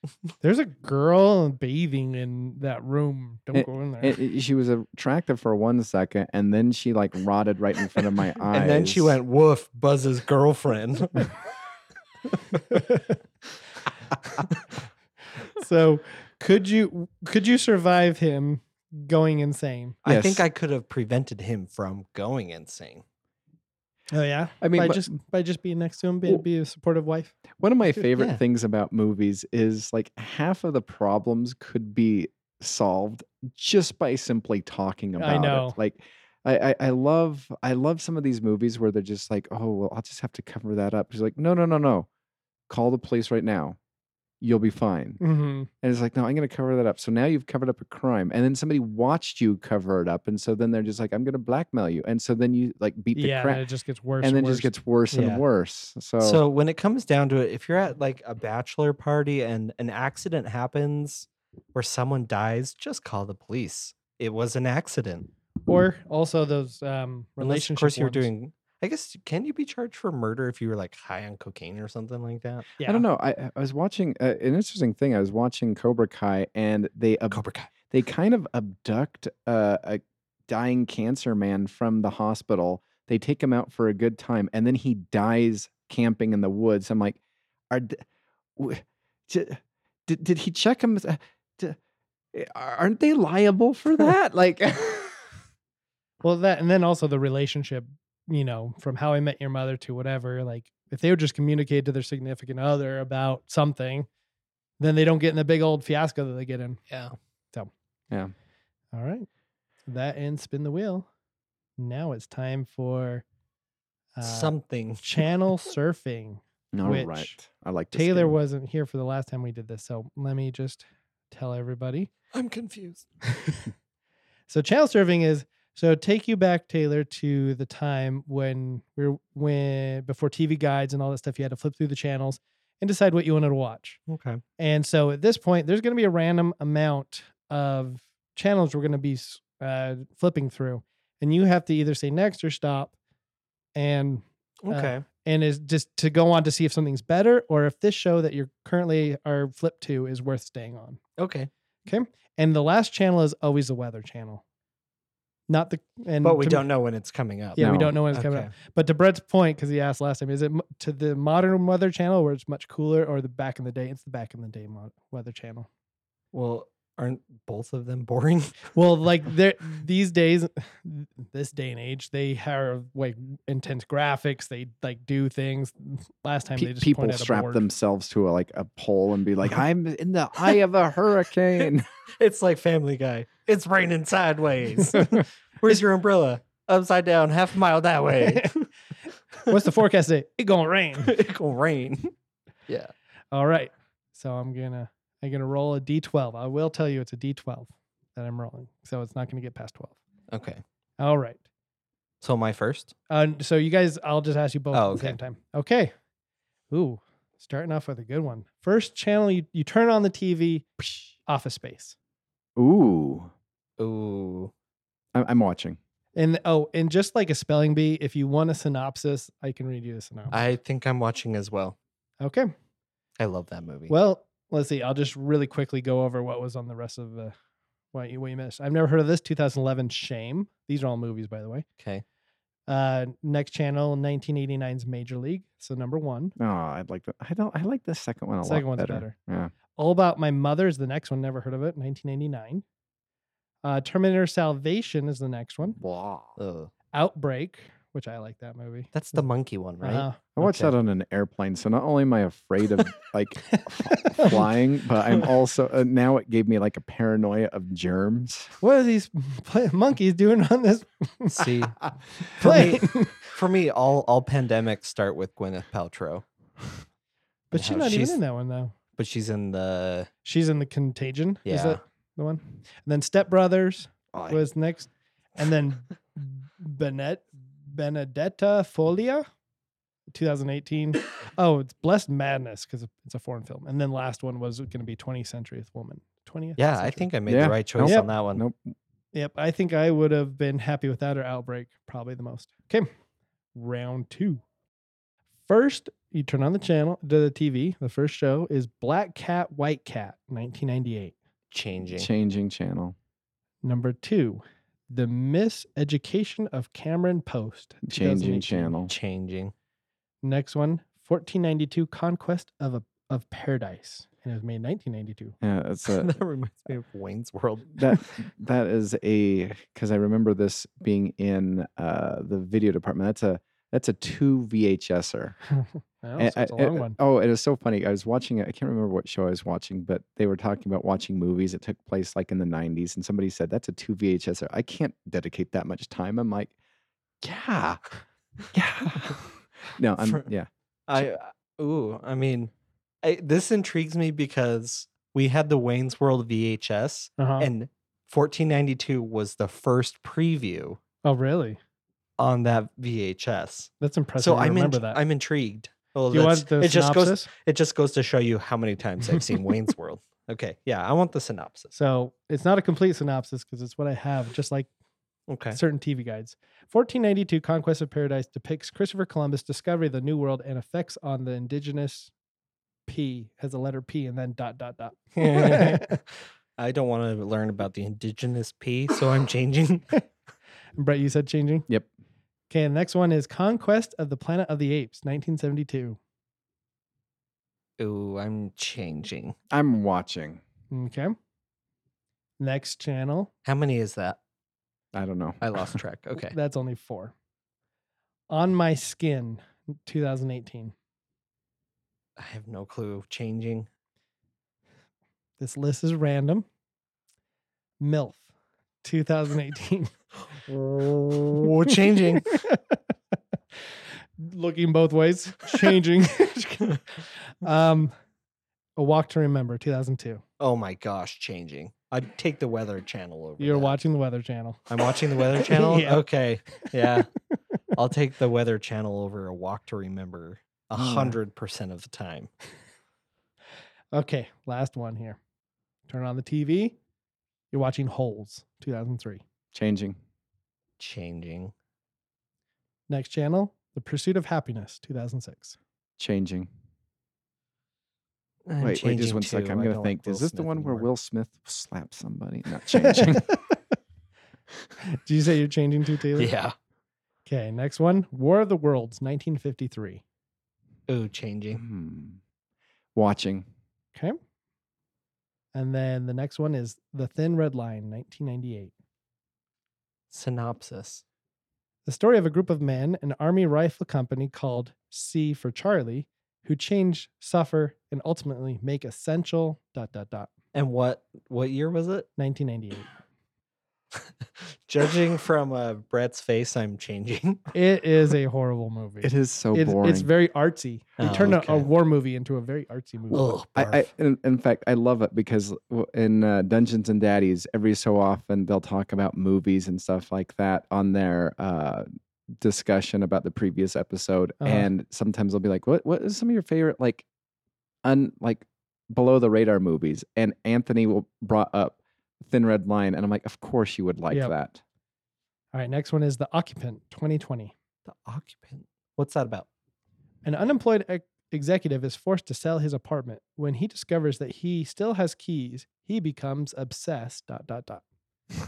There's a girl bathing in that room. Don't go in there. it- it- eh, she was attractive for one second, and then she like rotted right in front of my eyes. <laughs> And then she went, woof, Buzz's girlfriend. <laughs> <laughs> <laughs> so, could you could you survive him going insane? I think Yes. I could have prevented him from going insane. Oh yeah. I mean, by but- just by just being next to him, be, Well- be a supportive wife. One of my Good, favorite yeah. things about movies is like half of the problems could be solved just by simply talking about know. it. Like I, I, I love I love some of these movies where they're just like, oh well, I'll just have to cover that up. She's like, no, no, no, no. Call the police right now. You'll be fine. Mm-hmm. And it's like, no, I'm gonna cover that up. So now you've covered up a crime. And then somebody watched you cover it up. And so then they're just like, I'm gonna blackmail you. And so then you like beat the Yeah, and crap it just gets worse. and then worse. just gets worse Yeah. and worse. So, So when it comes down to it, if you're at like a bachelor party and an accident happens where someone dies, just call the police. It was an accident. or also those um, Unless, of relationships. course, you were doing. I guess can you be charged for murder if you were like high on cocaine or something like that? Yeah. I don't know. I, I was watching uh, an interesting thing. I was watching Cobra Kai, and they ab- Cobra Kai. they kind of abduct uh, a dying cancer man from the hospital. They take him out for a good time, and then he dies camping in the woods. I'm like, are d- w- j- did did he check him? Uh, d- eh, Aren't they <laughs> liable for that? like, <laughs> Well, that and then also the relationship. You know, from how I met your mother to whatever. Like, if they would just communicate to their significant other about something, then they don't get in the big old fiasco that they get in. Yeah. All right. That and spin the wheel. Now it's time for <laughs> uh, <laughs> something. channel surfing. all Which right. I like this Taylor game. wasn't here for the last time we did this, so let me just tell everybody. I'm confused. So channel surfing is so take you back, Taylor, to the time when we are when before TV guides and all that stuff. You had to flip through the channels and decide what you wanted to watch. Okay. And so at this point, there's going to be a random amount of channels we're going to be s- uh, flipping through, and you have to either say next or stop, and Okay. and is just to go on to see if something's better or if this show that you're currently are flipped to is worth staying on. okay. And the last channel is always the weather channel, not the. And But we to- don't know when it's coming up. Yeah, we No. don't know when it's coming up. Okay. But to Brett's point, because he asked last time, is it m- to the modern weather channel where it's much cooler, or the back in the day? It's the back in the day mod- weather channel. Well, aren't both of them boring? <laughs> Well, like there these days, this day and age, they have like intense graphics. They like do things. Last time Pe- they just people pointed at a strap board. themselves to a, like a pole and <laughs> be like, "I'm in the eye of a hurricane." It's like Family Guy. It's raining <laughs> <laughs> sideways. Where's your umbrella? Upside down, half a mile that <laughs> way. <laughs> What's the forecast today? It gonna rain. it gonna rain. Yeah. All right. So I'm gonna I'm gonna roll a d12. I will tell you it's a d12 that I'm rolling. So it's not gonna get past 12. Okay. All right. So my first. Uh, so you guys, I'll just ask you both Oh, at the okay. same time. Okay. Ooh, starting off with a good one. First channel you, you turn on the TV, Office Space. Ooh, Ooh. I- I'm watching. And oh, and just like a spelling bee, if you want a synopsis, I can read you the synopsis. I think I'm watching as well. okay. I love that movie. Well, let's see. I'll just really quickly go over what was on the rest of the what you, what you missed. I've never heard of this. 2011 Shame. These are all movies, by the way. Okay. Uh, next channel 1989's Major League. So number one. Oh, I'd like that. I don't. I like the second one a Second lot one's better. better. Yeah. All About My Mother is the next one. Never heard of it. 1989. Uh, Terminator Salvation is the next one. Blah. Ugh. Outbreak, which I like that movie. That's the monkey one, right? Uh-huh. I watched Okay. that on an airplane, so not only am I afraid of like <laughs> f- flying, but I'm also uh, now it gave me like a paranoia of germs. <laughs> What are these <laughs> pla- monkeys doing on this <laughs> See, for me, plane? for me, all all pandemics start with Gwyneth Paltrow, <laughs> but she's how not she's- even in that one though. but she's in the She's in the Contagion. Is yeah. that the one? And then Step Brothers I- was next, and then <laughs> Benet Benedetta Folia, <coughs> 2018. oh, it's Blessed Madness because it's a foreign film. And then last one was going to be 20th Century Woman. 20th. yeah, I Century. think I made Yeah. the right choice Nope. on that one. Nope. Yep, I think I would have been happy with that or Outbreak probably the most. Okay, round two. First, you turn on the channel to the TV. The first show is Black Cat, White Cat, 1998. Changing. Changing channel. Number two, The Miseducation of Cameron Post. Changing 2018. channel. Changing. Next one, 1492 Conquest of a of Paradise. And it was made <laughs> 1992. Yeah, it's <laughs> a that reminds me of Wayne's World. that that is a because I remember this being in uh, the video department. That's a that's a two VHSer. Well, And so it's a I- long I- one. Oh, it was so funny. I was watching it. I can't remember what show I was watching, but they were talking about watching movies. It took place like in the 90s, and somebody said, That's a two VHS. er, I can't dedicate that much time. I'm like, <laughs> Yeah. Yeah. no, I'm, For- yeah. I ooh, I mean, I, this intrigues me because we had the Wayne's World VHS, Uh-huh. and 1492 was the first preview oh, really? on that VHS. That's impressive. so I I'm remember int- that. I'm intrigued. Well, Do you that's- want the it just goes synopsis? it just goes to show you how many times I've <laughs> seen Wayne's World. Okay, yeah, I want the synopsis. So it's not a complete synopsis because it's what I have, just like Okay, <laughs> certain TV guides. 1492 Conquest of Paradise depicts Christopher Columbus' discovery of the New World and effects on the indigenous P has a letter P and then dot, <laughs> dot, dot. <laughs> <laughs> I don't want to learn about the indigenous pea, so I'm <laughs> changing. Brett, you said changing? Yep. Okay, the next one is Conquest of the Planet of the Apes, 1972. Ooh, I'm changing. I'm watching. Okay. Next channel. How many is that? I don't know. I lost track. Okay. That's only four. On My Skin, 2018. I have no clue. Changing. This list is random. MILF, 2018. <laughs> Oh, <laughs> changing. <laughs> Looking both ways, <laughs> changing. um, A Walk to Remember, 2002. Oh my gosh, changing. I'd take the Weather Channel over. You're that. watching the Weather Channel. I'm watching the Weather Channel. Yeah. Okay. Yeah. I'll take the Weather Channel over a walk to remember a Yeah. hundred percent of the time. Okay, last one here. Turn on the TV. You're watching Holes, 2003. Changing. Changing. Next channel, The Pursuit of Happiness, 2006. Changing. I'm wait, wait, just changing one sec. too. I'm I going to don't think. like Will is this the Smith one where anymore. <laughs> Will Smith slapped somebody? Not changing. <laughs> Did you say you're changing to Taylor? Yeah. Okay, next one, War of the Worlds, 1953. Ooh, changing. Hmm. Watching. Okay. And then the next one is The Thin Red Line, 1998. Synopsis. The story of a group of men, an army rifle company called C for Charlie, who change, suffer, and ultimately make essential dot dot dot And what what year was <laughs> it? 1998. Judging from uh, Brett's face, I'm changing. It is a horrible movie. It is so it's, boring. it's very artsy. They Oh, turned a, a okay. war movie into a very artsy movie. Ugh, I, I barf. in, in fact, I love it because w- in uh, Dungeons and Daddies, every so often they'll talk about movies and stuff like that on their uh, discussion about the previous episode, Uh-huh. and sometimes they'll be like, "What? What is some of your favorite like, un like below the radar movies?" And Anthony will brought up Thin Red Line, and I'm like, "Of course you would like Yep. that." All right, next one is The Occupant 2020. the occupant. What's that about? An unemployed ex- executive is forced to sell his apartment. When he discovers that he still has keys, he becomes obsessed. Dot dot dot. <laughs>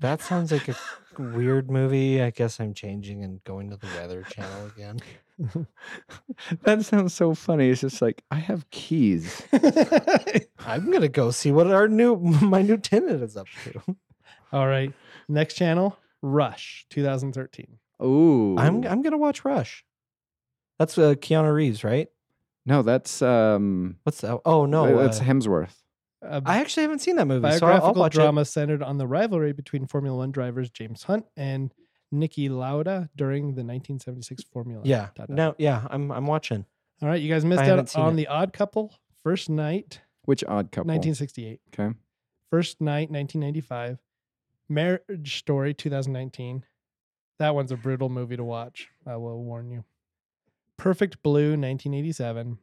That sounds <laughs> like a weird movie. I guess I'm changing and going to the Weather Channel again. that sounds so funny. It's just like I have keys. I'm gonna go see what our new <laughs> my new tenant is up to. <laughs> All right. Next channel, Rush, 2013. Ooh, I'm I'm gonna watch Rush. That's uh, Keanu Reeves, right? no, that's um, What's that? Oh no, no, that's uh, Hemsworth. A I actually haven't seen that movie, so I'll- I'll biographical watch it. drama centered on the rivalry between Formula One drivers James Hunt and Nicky Lauda during the 1976 Formula. Yeah, dot, dot, no, yeah, I'm I'm watching. dot. All right, you guys missed I haven't out seen on it. The Odd Couple, First Night, Which odd couple? 1968. Okay. First Night, 1995. Marriage Story, 2019. That one's a brutal movie to watch. I will warn you. Perfect Blue, 1987.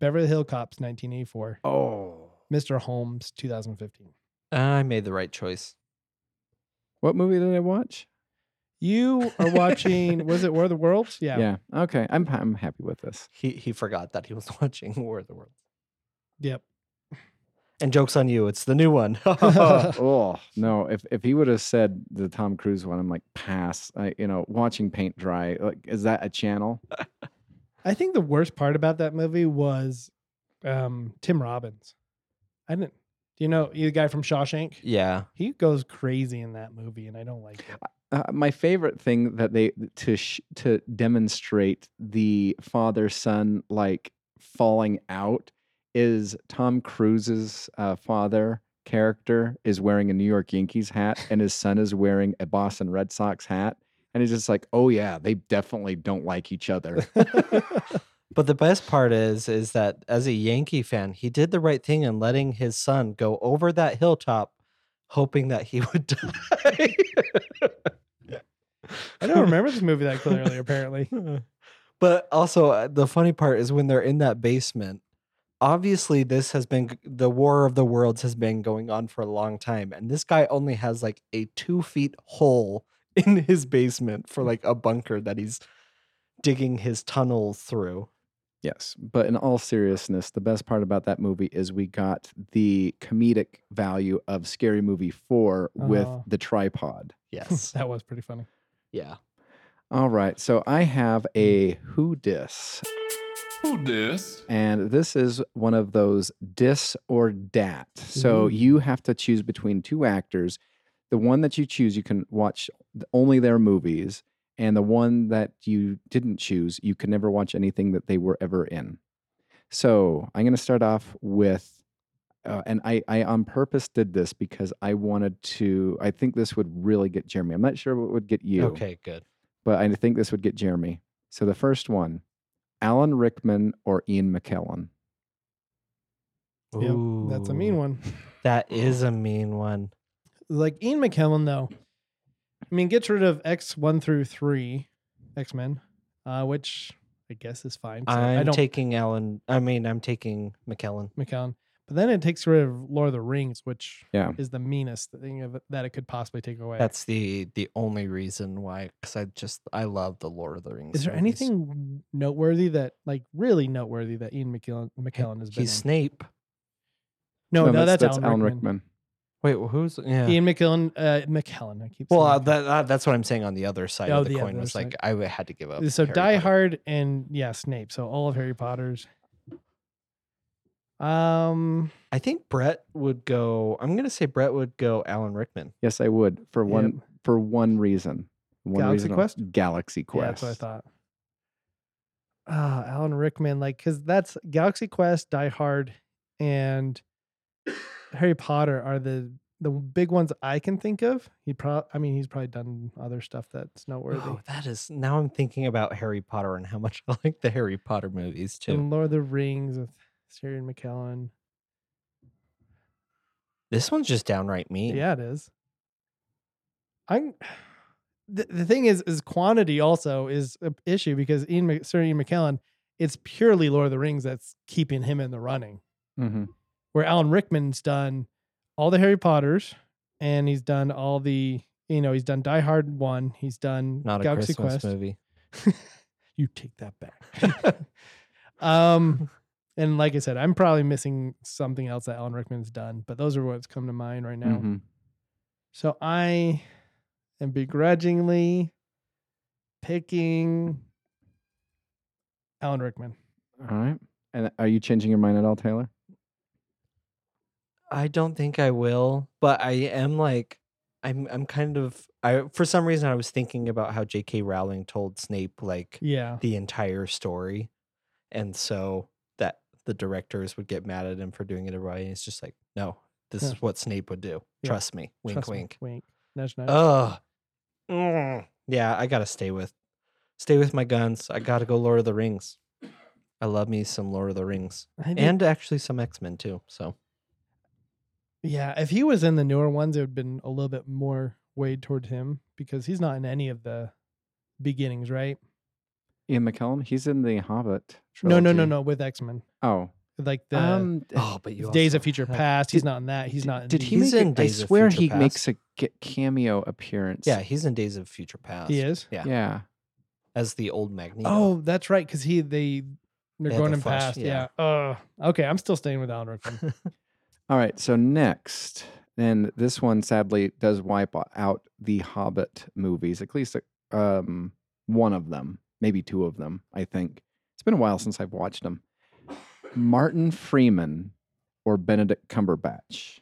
Beverly Hill Cops, 1984. Oh, Mr. Holmes, 2015. Uh, I made the right choice. what movie did I watch? You are watching, was it War of the Worlds? Yeah. Yeah. Okay. I'm I'm happy <laughs> with this. He he forgot that he was <laughs> watching War of the Worlds. Yep. And jokes on you, it's the new one. <laughs> oh no! If if he would have said the Tom Cruise one, I'm like pass. I, you know, watching paint dry. Like, is that a channel? I think the worst part about that movie was um, Tim Robbins. I didn't, do you know, the guy from Shawshank? yeah, He goes crazy in that movie, and I don't like it. uh, my favorite thing that they to sh- to demonstrate the father son like falling out is Tom Cruise's uh, father character is wearing a New York Yankees hat and his son is wearing a Boston Red Sox hat and he's just like oh yeah they definitely don't like each other <laughs> But the best part is, is that as a Yankee fan, he did the right thing in letting his son go over that hilltop, hoping that he <laughs> would die. <laughs> I don't remember this movie that <laughs> clearly, apparently. <laughs> but also, uh, the funny part is when they're in that basement. Obviously, this has been g- the War of the Worlds has been going on for a long time, and this guy only has like a two feet hole in his basement for like a bunker that he's digging his tunnel through. yes but in all seriousness the best part about that movie is we got the comedic value of Scary Movie 4 with Oh. the tripod Yes, <laughs> That was pretty funny. <laughs> yeah. All right, so I have a who dis, Who dis? and this is one of those dis or dat. So Ooh. you have to choose between two actors. The one that you choose, you can watch th- only their movies, and the one that you didn't choose, you can never watch anything that they were ever in. So I'm going to start off with, uh, and I, I on purpose did this because I wanted to. I think this would really get Jeremy. I'm not sure what would get you Okay, good. but I think this would get Jeremy. So the first one, Alan Rickman or Ian McKellen. Yep, that's a Ooh. mean one. That is a mean one. Like Ian McKellen, though, I mean, gets rid of X one through three, X Men, uh, which I guess is fine. 'cause I- I I'm don't taking Alan. I mean, I'm taking McKellen. McKellen, but then it takes rid of Lord of the Rings, which Yeah. is the meanest thing of, that it could possibly take away. That's the the only reason why. Because I just I love the Lord of the Rings. is there movies. anything noteworthy that, like, really noteworthy that Ian McKellen, McKellen has been? He's in? Snape. no, no, that's, Alan, Rickman. Wait, wh- who's yeah? Ian McKellen, uh, McKellen. I keep. well, saying uh, McKellen. that, that that's what I'm saying on the other side Oh, of the, the coin other was side. like I would- had to give up. so Harry Die Potter. Hard and yeah, Snape. So all of Harry Potter's. Um, I think Brett would go. I'm gonna say Brett would go Alan Rickman. Yes, I would for Yep. one for one reason. One Galaxy reason al- Quest? Galaxy yeah, Quest. that's what I thought. Ah, Alan Rickman, like, cause that's Galaxy Quest, Die Hard, and Harry Potter are the the big ones I can think of. He probably, I mean, he's probably done other stuff that's noteworthy. Oh, that is now I'm thinking about Harry Potter and how much <laughs> I like the Harry Potter movies too. and Lord of the Rings with Sirian McKellen. This one's just downright mean. Yeah, it is. I'm. <sighs> The, the thing is, is quantity also is an issue because Ian, Mc- Sir Ian McKellen, it's purely Lord of the Rings that's keeping him in the running. Mhm. Where Alan Rickman's done all the Harry Potters, and he's done all the, you know, he's done Die Hard one, he's done Not a Galaxy Christmas Quest. movie. <laughs> you take that back. <laughs> um, and like I said, I'm probably missing something else that Alan Rickman's done, but those are what's come to mind right now. Mhm. So I am begrudgingly picking Alan Rickman. All right. And are you changing your mind at all, Taylor? I don't think I will, but I am like I'm I'm kind of I for some reason I was thinking about how JK Rowling told Snape like Yeah. the entire story. And so that the directors would get mad at him for doing it right. And it's just like, no, this Yeah. is what Snape would do. Yeah. Trust me. Wink Trust me. wink. Wink. Uh, Nudge, nudge. Ugh. Mm. Yeah, I gotta stay with stay with my guns. I gotta go Lord of the Rings. I love me some Lord of the Rings. I did- And actually some X-Men too. So yeah, if he was in the newer ones, it would have been a little bit more weighed toward him because he's not in any of the beginnings, right? Ian McKellen? He's in the Hobbit. No, no, no, trilogy. no. With X Men, Oh. like the um, Oh, but you Days also of Future have- Past. He's Did- not in that. <sighs> He's d- not. In Did he these. He's make a- in Days I of swear Future he Past. makes a ca- cameo appearance. Yeah, he's in Days of Future Past. He is. Yeah. Yeah. As the old Magneto. Oh, that's right. Because he they they're Yeah, going uh, the in Flash, past. Yeah. yeah. Uh, okay, I'm still staying with Alan Rickman. All right. So next, and this one sadly does wipe o- out the Hobbit movies, at least uh, um, one of them, maybe two of them, I think. It's been a while since I've watched them. Martin Freeman or Benedict Cumberbatch?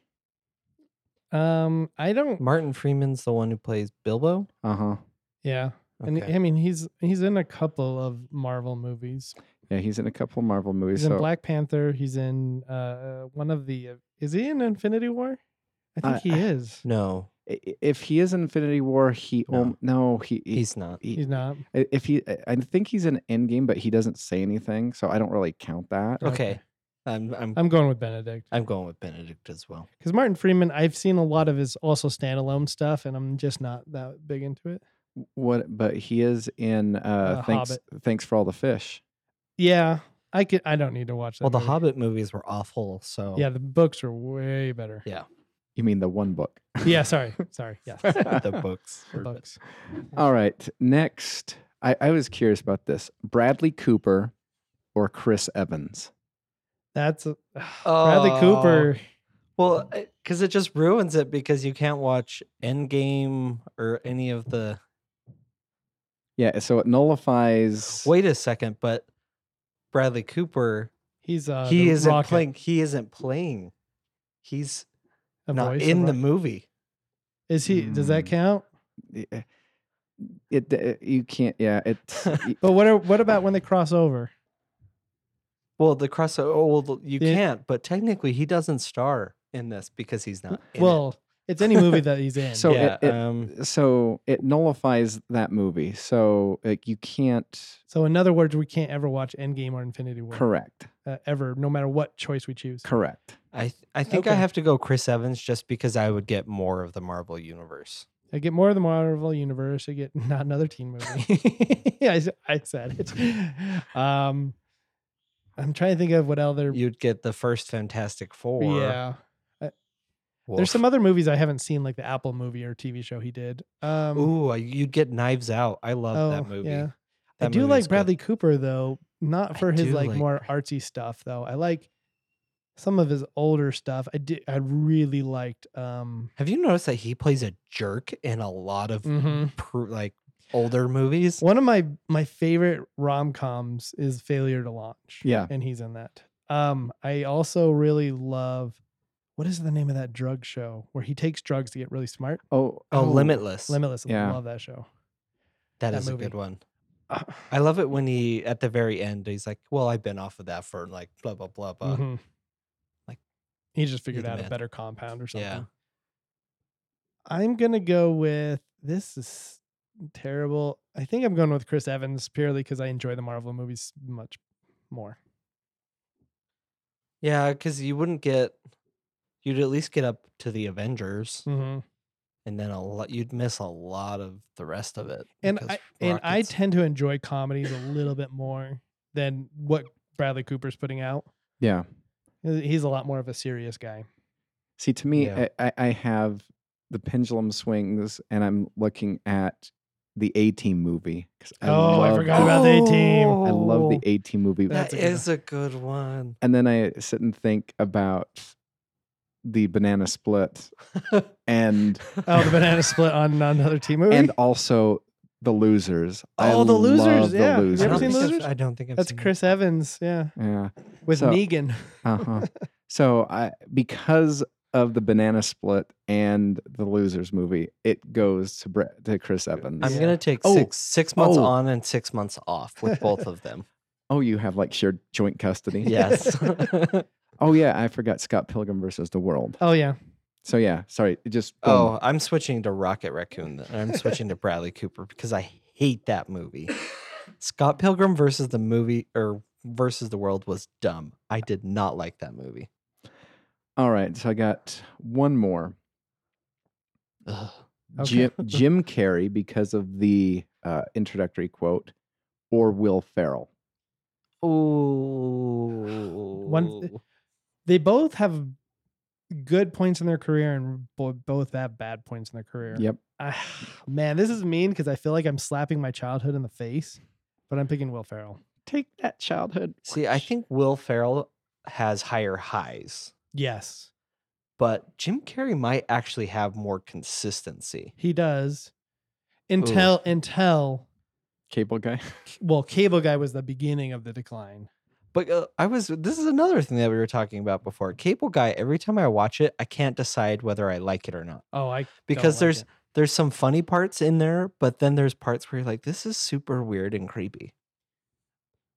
um, I <laughs> don't. Martin Freeman's the one who plays Bilbo. Uh Uh-huh. huh. Yeah, and Okay. I mean he's he's in a couple of Marvel movies. Yeah, he's in a couple Marvel movies. He's so in Black Panther. He's in uh one of the. Uh, is he in Infinity War? I think Uh, he <laughs> is. No, i- i- if he is in Infinity War, he No. om- no, he, he- he's not. he- He's not. i- if he I- I think he's in Endgame, but he doesn't say anything, so I don't really count that. Okay. Okay. I'm I'm I'm going with Benedict I'm going with Benedict as well. because Martin Freeman. I've seen a lot of his also standalone stuff, and I'm just not that big into it. What? But he is in. Uh, Uh, thanks. Thanks for all the fish. Yeah, I could. I don't need to watch. That Well, the movie. Hobbit movies were awful, so Yeah, the books are way better. Yeah. You mean the one book? <laughs> Yeah, sorry, sorry. Yeah, <laughs> the books. the were- books. All right. Next, I, I was curious about this: Bradley Cooper or Chris Evans? That's a, <sighs> Bradley Cooper. Oh. Well, because it just ruins it because you can't watch Endgame or any of the. Yeah. So it nullifies. Wait a second, but Bradley Cooper, He's uh, he the isn't Rocket, playing. He isn't playing. He's a not voice, a in the Rocket. <laughs> movie. <laughs> Is he? Does that Mm. count? Yeah. eh, It, it you can't. Yeah. <laughs> It's. y- But what? Are, what about when they cross over? Well, the crossover. Oh, well, the- you The- can't. But technically, he doesn't star in this because he's not. Uh, in it. well, it's any movie that <laughs> he's in. So it- yeah. it- um, so it nullifies that movie. So like you can't. So in other words, we can't ever watch Endgame or Infinity War Correct. uh, ever, no matter what choice we choose. Correct. I th- I think I Okay. have to go Chris Evans just because I would get more of the Marvel universe. I get more of the Marvel universe. I get <laughs> not another teen <laughs> movie. <laughs> I, s- I said it. Um, I'm trying to think of what other. You'd get the first Fantastic Four. yeah, there's some Woof. other movies I haven't seen, like the Apple movie or TV show he did. Um, Ooh, I- you'd get Knives Out. I love that movie. Oh, Yeah. I That do movie is like good. Bradley Cooper though, not I for his do like, like more Brad- artsy stuff though. I like some of his older stuff. I did. I really liked. Um, Have you noticed that he plays a jerk in a lot of Mhm. pr- like older movies? one of my my favorite rom coms is Failure to Launch. Yeah. and he's in that. Um, I also really love. What is the name of that drug show where he takes drugs to get really smart? Oh. Oh, Limitless. Limitless. Yeah. I love that show. that that is movie. a good one. oh, Ah. I love it when he at the very end he's like, "Well, I've been off of that for like blah blah blah blah." Mhm. like, he just figured the out a man. better compound or something. Yeah. I'm gonna go with this is terrible. I think I'm going with Chris Evans purely because I enjoy the Marvel movies much more. Yeah, because you wouldn't get, you'd at least get up to the Avengers, Mm-hmm. and then a lot you'd miss a lot of the rest of it. And because I and I Rocket's- tend to enjoy comedies a little bit more than what Bradley Cooper's putting out. Yeah. He's a lot more of a <laughs> serious guy. See, to me, Yeah. I I, I have the pendulum swings, and I'm looking at the A Team movie. 'cause Oh, I love- forgot about Oh, the A-Team. I love the A Team movie. That's Oh, That a good is a good one. and then I sit and think about the banana split and Oh, the <laughs> banana split on another team movie. and also the losers. I Oh, The Losers, love the yeah. You ever I losers. don't seen think I've- Losers? I don't think I've That's seen it. Chris Evans, yeah, Yeah. with So- Negan. <laughs> Uh-huh. so I because of the banana split and the losers movie, it goes to Brett to Chris Evans. I'm Yeah. gonna take Oh, six six months oh. on and six months off with both of <laughs> them. Oh, you have like shared joint custody. yes. <laughs> Oh yeah, I forgot Scott Pilgrim versus the World. Oh yeah, So yeah, sorry. It just boom. oh, I'm switching to Rocket Raccoon. Then. I'm switching to Bradley Cooper because I hate that movie. Scott Pilgrim versus the movie or versus the world was dumb. I did not like that movie. All right. So I got one more. Ugh. Okay. <laughs> Jim, Jim Carrey because of the uh, introductory quote, or Will Ferrell. Ooh. they both have good points in their career and bo- both have bad points in their career. Yep. I, <sighs> man, this is mean because I feel like I'm slapping my childhood in the face, but I'm picking Will Ferrell. Take that childhood. See, I think Will Ferrell has higher highs, Yes, but Jim Carrey might actually have more consistency. he does. Until until Cable guy. <laughs> well, Cable Guy was the beginning of the decline. But uh, I was this is another thing that we were talking about before. Cable Guy, every time I watch it, I can't decide whether I like it or not. Oh, I don't Because like there's it. there's some funny parts in there, but then there's parts where you're like this is super weird and creepy.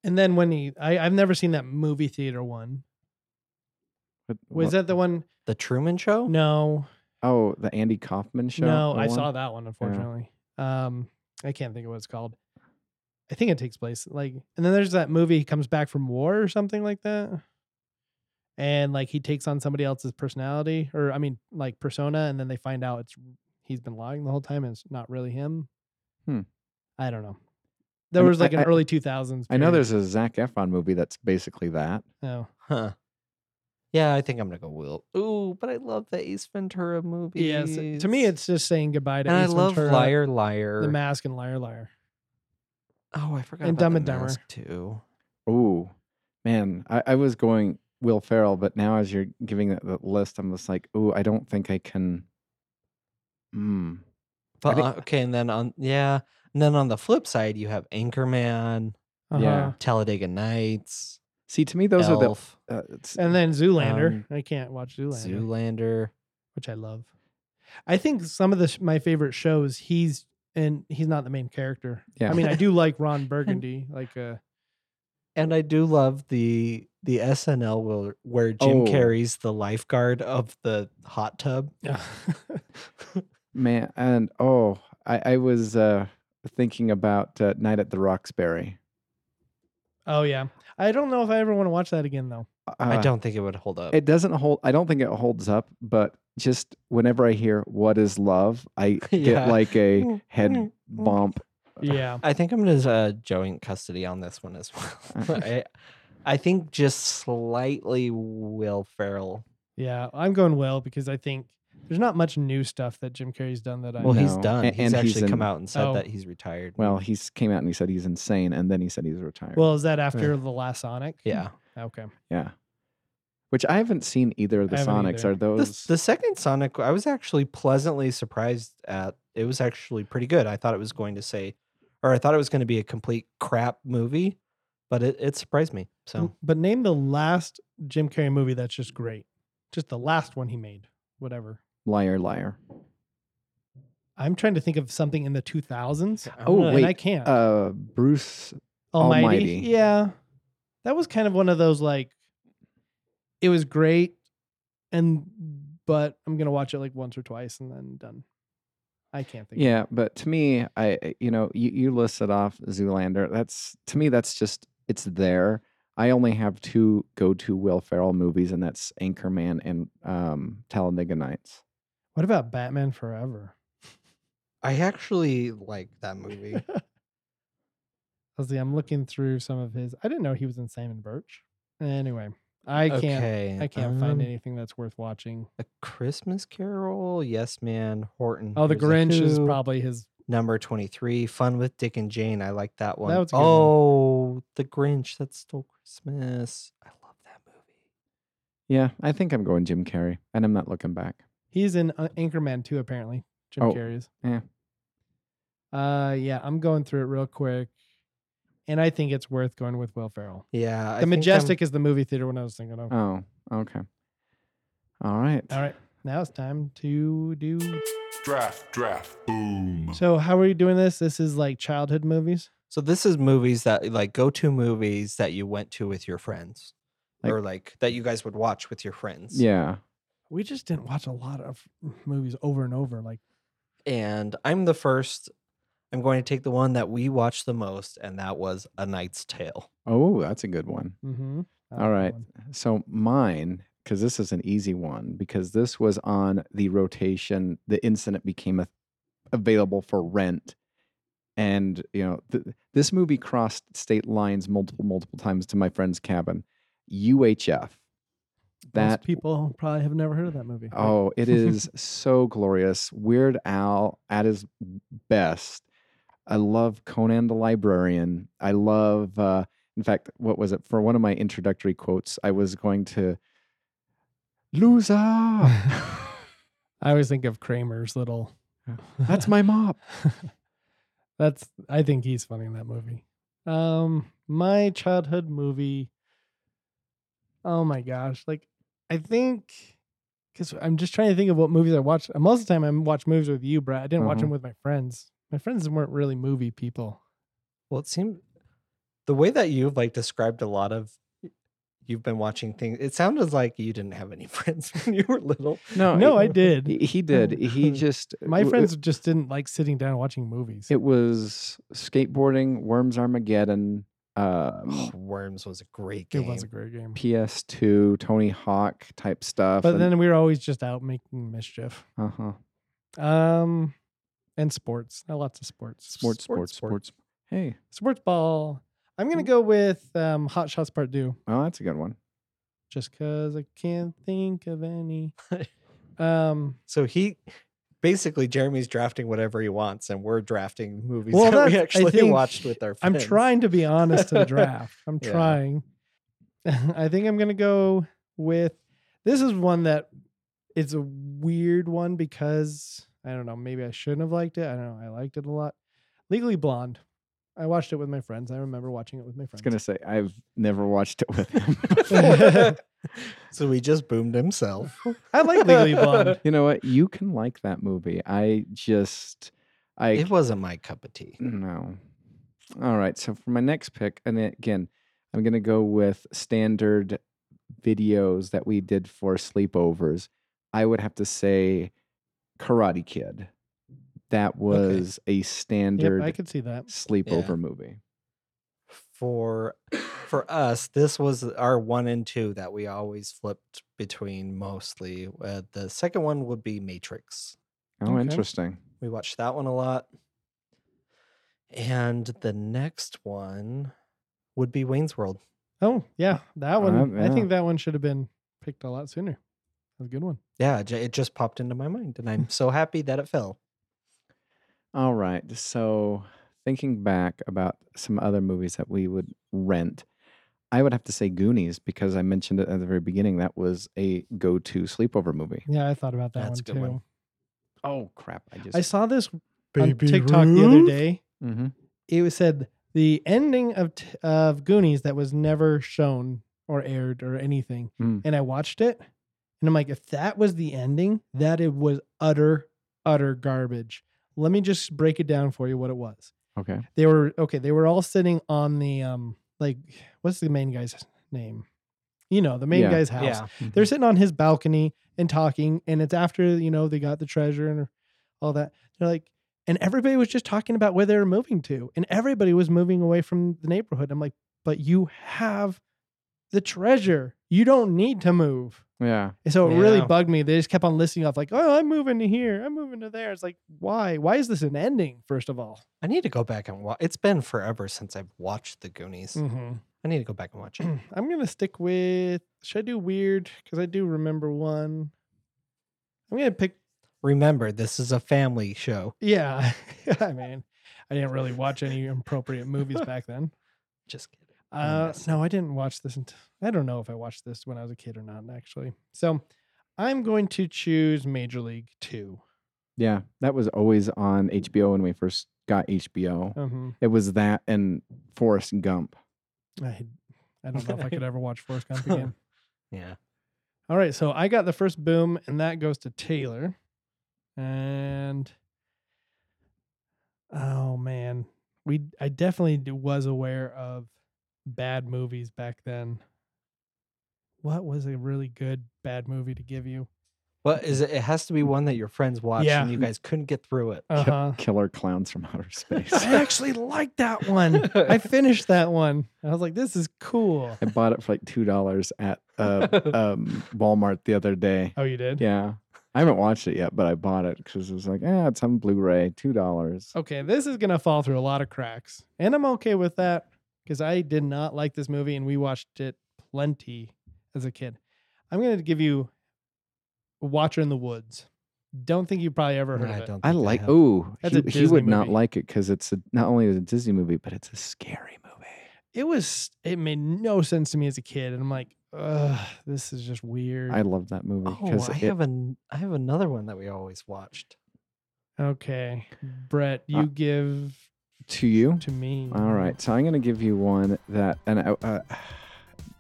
and then when he I I've never seen that movie theater one. Was that the one? The Truman Show? No, Oh, the Andy Kaufman show. No, the I one? saw that one unfortunately. Um, I can't think of what it's called. I think it takes place like, and then there's that movie. He comes back from war or something like that, and like he takes on somebody else's personality or I mean like persona, and then they find out it's he's been lying the whole time and it's not really him. Hmm. I don't know. There mean, was like I- an I- early two thousands. I know there's a Zach Efron movie that's basically that. Oh, Huh. Yeah, I think I'm gonna go Will. Ooh, but I love the Ace Ventura movie. yes. To me, it's just saying goodbye to. and I Ace love Ventura, Liar Liar. the Mask, and Liar Liar. oh, I forgot and about Dumb The and Dumber. Mask, too. Oh, man, I, I was going Will Ferrell, but now as you're giving that, that list, I'm just like, oh, I don't think I can. Hmm. But think- uh, okay, and then on yeah, and then on the flip side, you have Anchorman, Yeah. Uh-huh. Talladega Nights, See, to me, those are Elf, <laughs> the. Uh, it's, And then Zoolander. Um, I can't watch Zoolander. Zoolander. which I love. I think some of the sh- my favorite shows he's and he's not the main character. Yeah. I mean, I <laughs> do like Ron Burgundy, like uh And I do love the the SNL where, where Jim Oh. carries the lifeguard of the hot tub. man, and oh, I, I was uh, thinking about uh, Night at the Roxbury. <laughs> Oh yeah. I don't know if I ever want to watch that again though. I Uh, don't think it would hold up. It doesn't hold. I don't think it holds up. But just whenever I hear "What is love," <laughs> I Yeah. get like a <laughs> Mm, mm, head mm. bump. Yeah. I think I'm gonna uh, joint custody on this one as <laughs> <laughs> well. I, I think just slightly Will Ferrell. Yeah, I'm going well because I think there's not much new stuff that Jim Carrey's done that I Well, he's know. done. A- he's and he's actually come in- out and said Oh. that he's retired. Well, and- he came out and he said he's insane, and then he said he's retired. Well, is that after the last Sonic? yeah. Okay. yeah. Which I haven't seen either of the I haven't Sonics. either. Are The, those? s- the second Sonic, I was actually pleasantly surprised at. It was actually pretty good. I thought it was going to say, or I thought it was going to be a complete crap movie, but it, it surprised Hmm. me. So Mm, But name the last Jim Carrey movie that's just great. Just the last one he made. Whatever. liar, liar. I'm trying to think of something in the 2000s. I don't Oh know. and I wait, can't. uh, Bruce. Almighty. Almighty. Yeah. That was kind of one of those like it was great and but I'm going to watch it like once or twice and then done. I can't think. of- Yeah, but to me, I I- you know you, you listed off Zoolander. That's to me that's just it's there. I only have two go-to Will Ferrell movies, and that's Anchorman and um, Talladega Nights. What about Batman Forever? <laughs> I actually like that movie. Let's see. I'm looking through some of his. I didn't know he was in Sam and Birch. Anyway, I can't okay, I can't find um, anything that's worth watching. A Christmas Carol, Yes Man, Horton. Oh, The Hears a Grinch is Who. probably his Number 23, Fun with Dick and Jane. I like that one. was a good one. oh, The Grinch That Stole Christmas. I love that movie. Yeah, I think I'm going Jim Carrey, and I'm not looking back. He's in uh, Anchorman too, apparently. Jim Oh, Carrey is. yeah. Uh, yeah. I'm going through it real quick, and I think it's worth going with Will Ferrell. Yeah. I The think I'm- Majestic is the movie theater one I was thinking of. Oh, okay. All right. All right, now it's time to do. Draft, draft, boom. So, how are you doing this? This is like childhood movies. So this is movies that eh, like go to movies that you went to with your friends. Like- or like that you guys would watch with your friends. Yeah. We just didn't watch a lot of movies over and over. Like, And I'm the first. I'm going to take the one that we watched the most, and that was A Knight's Tale. Oh, that's a good one. mm-hmm. All right. So mine, because this is an easy one, because this was on the rotation the instant it became a, available for rent, and you know th- this movie crossed state lines multiple multiple times to my friend's cabin. UHF. That Most people probably have never heard of that movie. Oh, it is so glorious. Weird Al at his best. I love Conan the Librarian. I love, uh, in fact, what was it? For one of my introductory quotes, I was going to <laughs> <laughs> loser. I always think of Kramer's <laughs> little. That's my mop. <laughs> That's I think he's funny in that movie. Um my childhood movie. Oh my gosh. Like I think because I'm just trying to think of what movies I watched. Uh, Most of the time I watch movies with you, Brad. I didn't watch Uh-huh. them with my friends. My friends weren't really movie people. Well, it seemed the way that you've like described a lot of you've been watching things. It sounded like you didn't have any <laughs> friends when you were little. Oh, no, I He, did. <laughs> he did. He just My w- friends just didn't like sitting down and watching movies. It was skateboarding, Worms Armageddon, Oh, um, <sighs> Worms was a great It game. was a great game. PS2, Tony Hawk type stuff. Oh. But then we were always just out making mischief. uh huh. Um and sports. Uh, Lots of sports. Sports, sports, sports, Hey, Sports ball. I'm Mm. gonna go with um, Hot Shots Part Two, oh, that's a good one. just because I can't think of <laughs> any. Um, So he basically Jeremy's drafting whatever he wants, and we're drafting movies Well, that we that's- I actually think- watched with our I'm friends. <laughs> trying to be honest to the draft. <laughs> I'm Yeah. trying. <laughs> I think I'm gonna go with this is one that it's a weird one because I don't know. Maybe I shouldn't have liked it. I don't know. I liked it a lot. Legally Blonde. I watched it with my friends. I remember watching it with my I was friends. gonna say I've never watched it with him. <laughs> <laughs> <laughs> so he just boomed himself. I like Legally <laughs> Blonde. you know what? You can like that movie. I just, I It wasn't my cup of tea. Mm-hmm. no. All right. So for my next pick, and then again, I'm gonna go with standard videos that we did for sleepovers. I would have to say Karate Kid. That was a standard Yep, I could see that. sleepover movie. For for us, this was our one and two that we always flipped between mostly. Uh, the second one would be Matrix. Oh, Okay. interesting. We watched that one a lot. And the next one would be Wayne's World. Oh yeah, that one. Uh, I yeah. think that one should have been picked a lot sooner. That was a good one. Yeah, it ju- it just popped into my mind, and <laughs> I'm so happy that it fell. All right. So, thinking back about some other movies that we would rent, I would have to say Goonies because I mentioned it at the very beginning. That was a go to sleepover movie. Yeah, I thought about that That's a one good too. one. Oh, crap. I just. I saw this on TikTok the other day. Mhm. It was said the ending of t- of Goonies that was never shown or aired or anything, Hmm. Mm. and I watched it, and I'm like, if that was the ending, that it was utter utter garbage. Let me just break it down for you what it was. Okay. They were okay. They were all sitting on the um like what's the main guy's name? You know the main Yeah. guy's house. Yeah, mm-hmm. They're sitting on his balcony and talking, and it's after you know they got the treasure and all that. They're like, and everybody was just talking about where they were moving to, and everybody was moving away from the neighborhood. I'm like, but you have the treasure. You don't need to move. Yeah. And so it really Yeah. bugged me. They just kept on listing off like, oh, I'm moving to here, I'm moving to there. It's like, why? Why is this an ending? First of all. I need to go back and watch. It's been forever since I've watched The Goonies. Mm-hmm. I need to go back and <clears throat> watch it. <clears throat> I'm gonna stick with. Should I do weird? Because I do remember one. I'm gonna pick. Remember, this is a family show. Yeah. <laughs> I mean, I didn't really watch any appropriate movies back then. Just kidding. Uh, messing. no, I didn't watch this. Until, I don't know if I watched this when I was a kid or not, actually. So I'm going to choose Major League 2 Yeah, that was always on HBO when we first got HBO. Mm-hmm. It was that and Forrest Gump. I, I don't know if I could ever watch Forrest Gump again. Yeah. All right, so I got the first boom, and that goes to Taylor. And oh man, we I definitely d- was aware of bad movies back then. What was a really good bad movie to give you? Well, is it, it has to be one that your friends watch Yeah. and you guys couldn't get through it. <laughs> Uh huh. Killer Clowns from <laughs> Outer Space. I actually liked that <laughs> one. I finished that one. I was like, this is cool. I bought it for like two dollars at <laughs> uh, um, Walmart the other day. Oh, you did? Yeah, I haven't watched it yet, but I bought it because it was like, ah, it's on Blu-ray, two dollars. Okay, this is gonna fall through a lot of cracks, and I'm okay with that because I did not like this movie, and we watched it plenty as a kid. I'm gonna give you Watcher in the Woods. Don't think you probably ever heard of I it. don't I think like. have. Oh, That's he, a he Disney would not movie. like it because it's a, not only is it a Disney movie, but it's a scary movie. It was it made no sense to me as a kid, and I'm like, ugh, this is just weird. I love that movie Oh, because I have an I have another one that we always watched. okay, Brett, you Uh, give to you. to me. All right, so I'm gonna give you one that, and I, uh,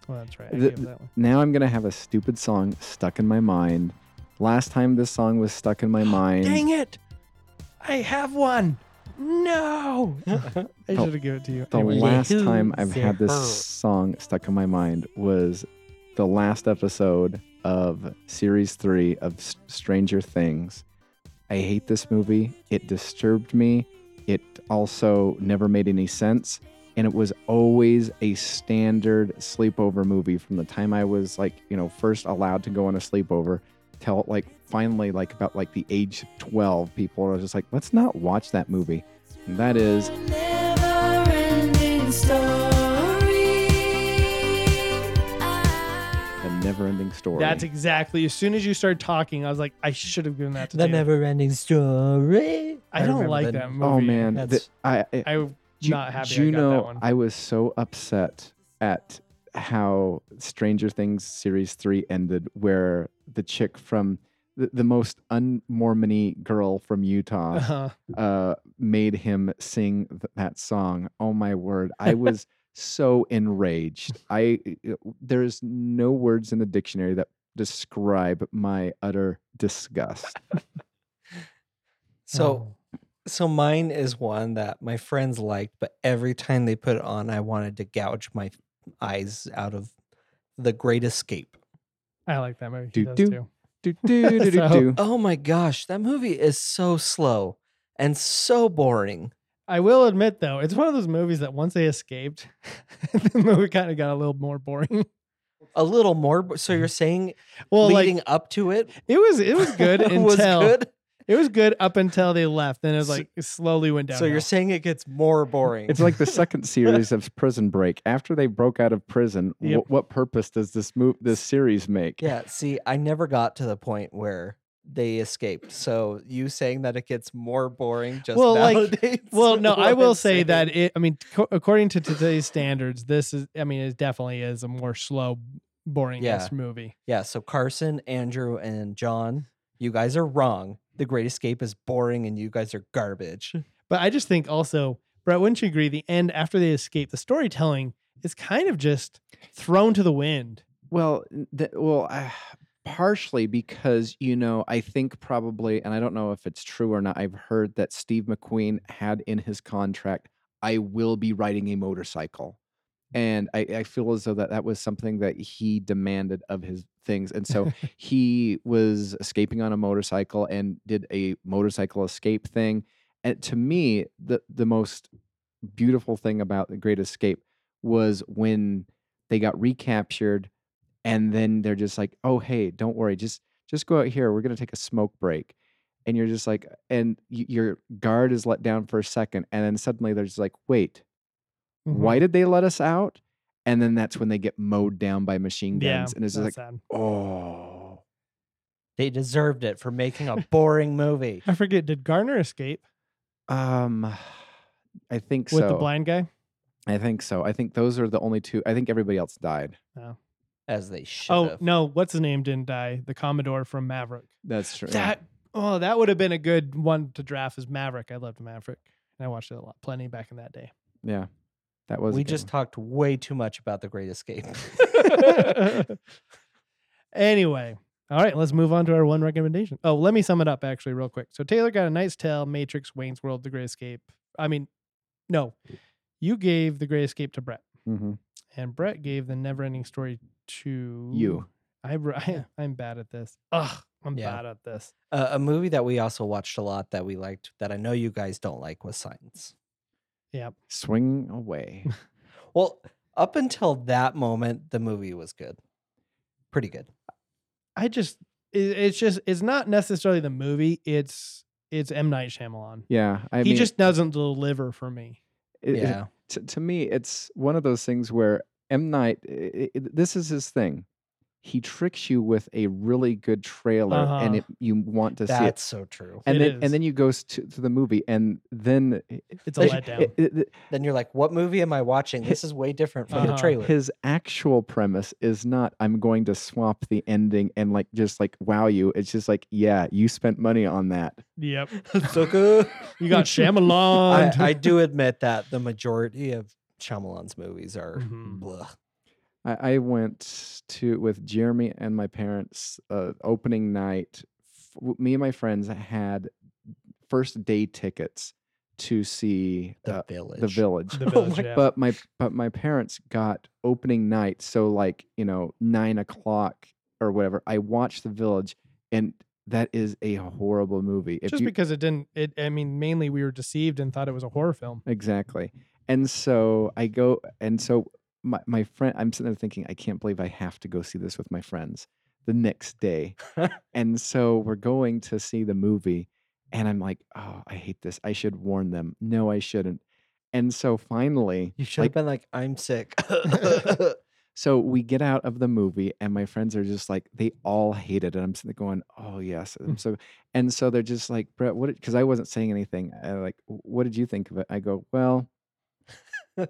Well, that's right. I The- gave that one. now I'm gonna have a stupid song stuck in my mind. Last time this song was stuck in my mind. <gasps> Dang it! I have one. No, <laughs> I should have given it to you. The Anyway. last Yahoo, time I've had this Yahoo. song stuck in my mind was the last episode of series three of S- Stranger Things. I hate this movie. It disturbed me. It also never made any sense. And it was always a standard sleepover movie from the time I was like, you know, first allowed to go on a sleepover till like finally, like about like the age of 12, people are just like, let's not watch that movie. And that is Never-ending story. a never-ending story. That's exactly. As soon as you started talking, I was like, I should have given that to the Taylor. never ending story. I don't remember like the- that movie. oh man, the- That's- I, I I'm Ju- not happy. I got Juno, that <laughs> one. I was so upset at how Stranger Things series three ended, where the chick from the, the most un-Mormony girl from <laughs> Utah Uh-huh. uh, made him sing th- that song. Oh my word, <laughs> I was so enraged. I there's no words in the dictionary that describe my utter disgust. So so mine is one that my friends liked, but every time they put it on, I wanted to gouge my eyes out of the Great Escape. Oh, I like that movie. He Do- does do. too. do, do, do, do, <laughs> So- do. Oh my gosh, that movie is so slow and so boring. I will admit though, it's one of those movies that once they escaped, <laughs> the movie kind of got a little more boring. <laughs> A little more. bo- So you're saying Mm-hmm. Well, leading like up to it it was, <laughs> it was good until was good. it was good up until they left. Then it was So- like it slowly went down. So you're saying it gets more boring. It's like the second series of Prison Break. After they broke out of prison, wh- Yep. what purpose does this move this series <laughs> make? yeah. See, I never got to the point where they escaped. So you saying that it gets more boring just Well, like- validates <laughs> Well, no, what I I'm will say saying. that it. I mean, co- according to today's standards, this is. I mean, it definitely is a more slow, boring Yeah. movie. Yeah. So Carson, Andrew, and John, you guys are wrong. The Great Escape is boring, and you guys are <laughs> garbage. But I just think also, Brett, wouldn't you agree? The end after they escape, the storytelling is kind of just thrown to the wind. Well, n- th- well, uh, partially because you know I think probably, and I don't know if it's true or not. I've heard that Steve McQueen had in his contract, "I will be riding a motorcycle," and I, I feel as though that that was something that he demanded of his things, and so he was escaping on a motorcycle and did a motorcycle escape thing. And to me, the the most beautiful thing about the Great Escape was when they got recaptured, and then they're just like, "Oh, hey, don't worry, just just go out here. We're gonna take a smoke break." And you're just like, and y- your guard is let down for a second, and then suddenly they're just like, "Wait, Mm-hmm. why did they let us out?" And then that's when they get mowed down by machine Yeah, guns, and it's just like, sad. "Oh." They deserved it for making a boring movie. I forget. Did Garner escape Um, <sighs> I think with so. the blind guy? I think so. I think those are the only two. I think everybody else died. As they should Oh have. no, what's his name didn't die. The Commodore from Maverick. That's true. That oh, that would have been a good one to draft as Maverick. I loved Maverick, and I watched it a lot, plenty back in that day. yeah, that was. a we good just one. talked way too much about The Great <laughs> Escape. <laughs> anyway, all right, let's move on to our one recommendation. Oh, let me sum it up actually real quick. So Taylor got a Knight's Tale, Matrix, Wayne's World, The Great Escape. I mean, no, you gave The Great Escape to Brett, Mhm. and Brett gave The Neverending Story to you. I, re- <laughs> I I'm bad at this. Ugh, I'm Yeah. bad at this. uh, a movie that we also watched a lot that we liked that I know you guys don't like was Signs. Swing away. <laughs> Well, up until that moment, the movie was good, pretty good. I just it, it's just it's not necessarily the movie. It's it's M Night Shyamalan. yeah, I he mean, just doesn't deliver for me. it- it- yeah, to, to me, it's one of those things where M Night. i i this is his thing. He tricks you with a really good trailer, and Uh-huh. it, you want to see it. that's so true. And It then, is. and then you go s- to, to the movie, and then e, i- It's a They- letdown. i- i- Then you're like, "What movie am I watching? This is way different from Uh-huh. the trailer." his actual premise is not i'm going to swap the ending and like just like wow you it's just like yeah you spent money on that <laughs> yep. <laughs> so <laughs> good. You got I, <laughs> Shyamalan. I do admit that the majority of Shyamalan's movies are Mm-hmm. Mhm. blah. i, I went to with jeremy and my parents uh, opening night f- w- me and my friends had first day tickets to see The uh, village. the village <laughs> The village, yeah. but my but my parents got opening night so like you know nine o'clock or whatever i watched the village and that is a horrible movie if just you, because it didn't. It. I mean, mainly we were deceived and thought it was a horror film. exactly and so i go and so my, my friend i'm sitting there thinking i can't believe i have to go see this with my friends the next day and so we're going to see the movie and i'm like oh i hate this i should warn them no i shouldn't and so finally You should <laughs> like- have been like, "I'm sick." <laughs> So we get out of the movie, and my friends are just like, they all hate it. And I'm sitting there going, oh, yes. Hmm. I'm so, and so they're just like, Brett, what? Because I wasn't saying anything. I like, what did you think of it? I go, <laughs> well, that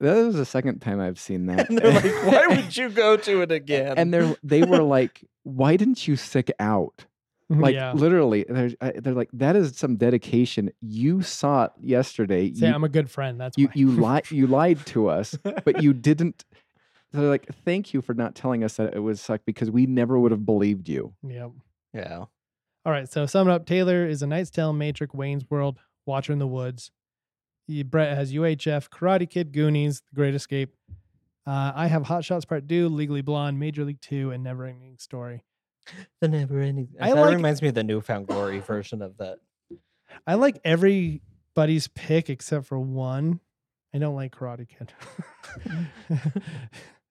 was the second time I've seen that. and they're like, "Why <laughs> would you go to it again?" And they're, they were like, why didn't you stick out? Like, yeah. literally, they're, I- they're like, that is some dedication. You saw it yesterday. Say you, I'm a good friend. That's you, why. you, li- you lied <laughs> to us but you didn't. They're like, thank you for not telling us that it was suck because we never would have believed you. <laughs> Yep. <laughs> yeah, All right. So sum it up. Taylor is a Knight's Tale, Matrix, Wayne's World, Watcher in the Woods. Y- Brett has UHF, Karate Kid, Goonies, The Great Escape. Uh, I have Hot Shots Part Two, Legally Blonde, Major League Two, and Never Ending Story. the never ending. I that like- reminds me of the Newfound Glory version of that. I like everybody's pick except for one. I don't like Karate Kid. <laughs>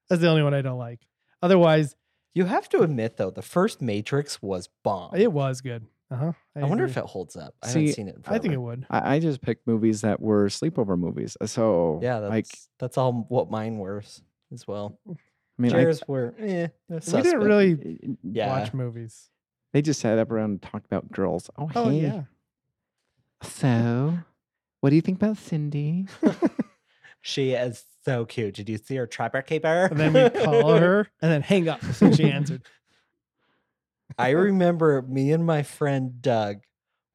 That's the only one I don't like. Otherwise, You have to admit though, the first Matrix was bomb. it was good. Uh huh. I wonder if it holds up. I See, haven't seen it. In I think it forever. would. I, I just picked movies that were sleepover movies. Uh, So Yeah, that's like that's all m- what mine were s- as well. I mean, I- Yours were eh, we suspect. didn't really I- yeah. watch movies. they just sat up around and talked about girls. Oh, Oh hey. yeah. So, what do you think about Cindy? She is so cute. Did you see her trapper keeper? <laughs> And then we call her and then hang up since she answered. <laughs> I remember me and my friend Doug.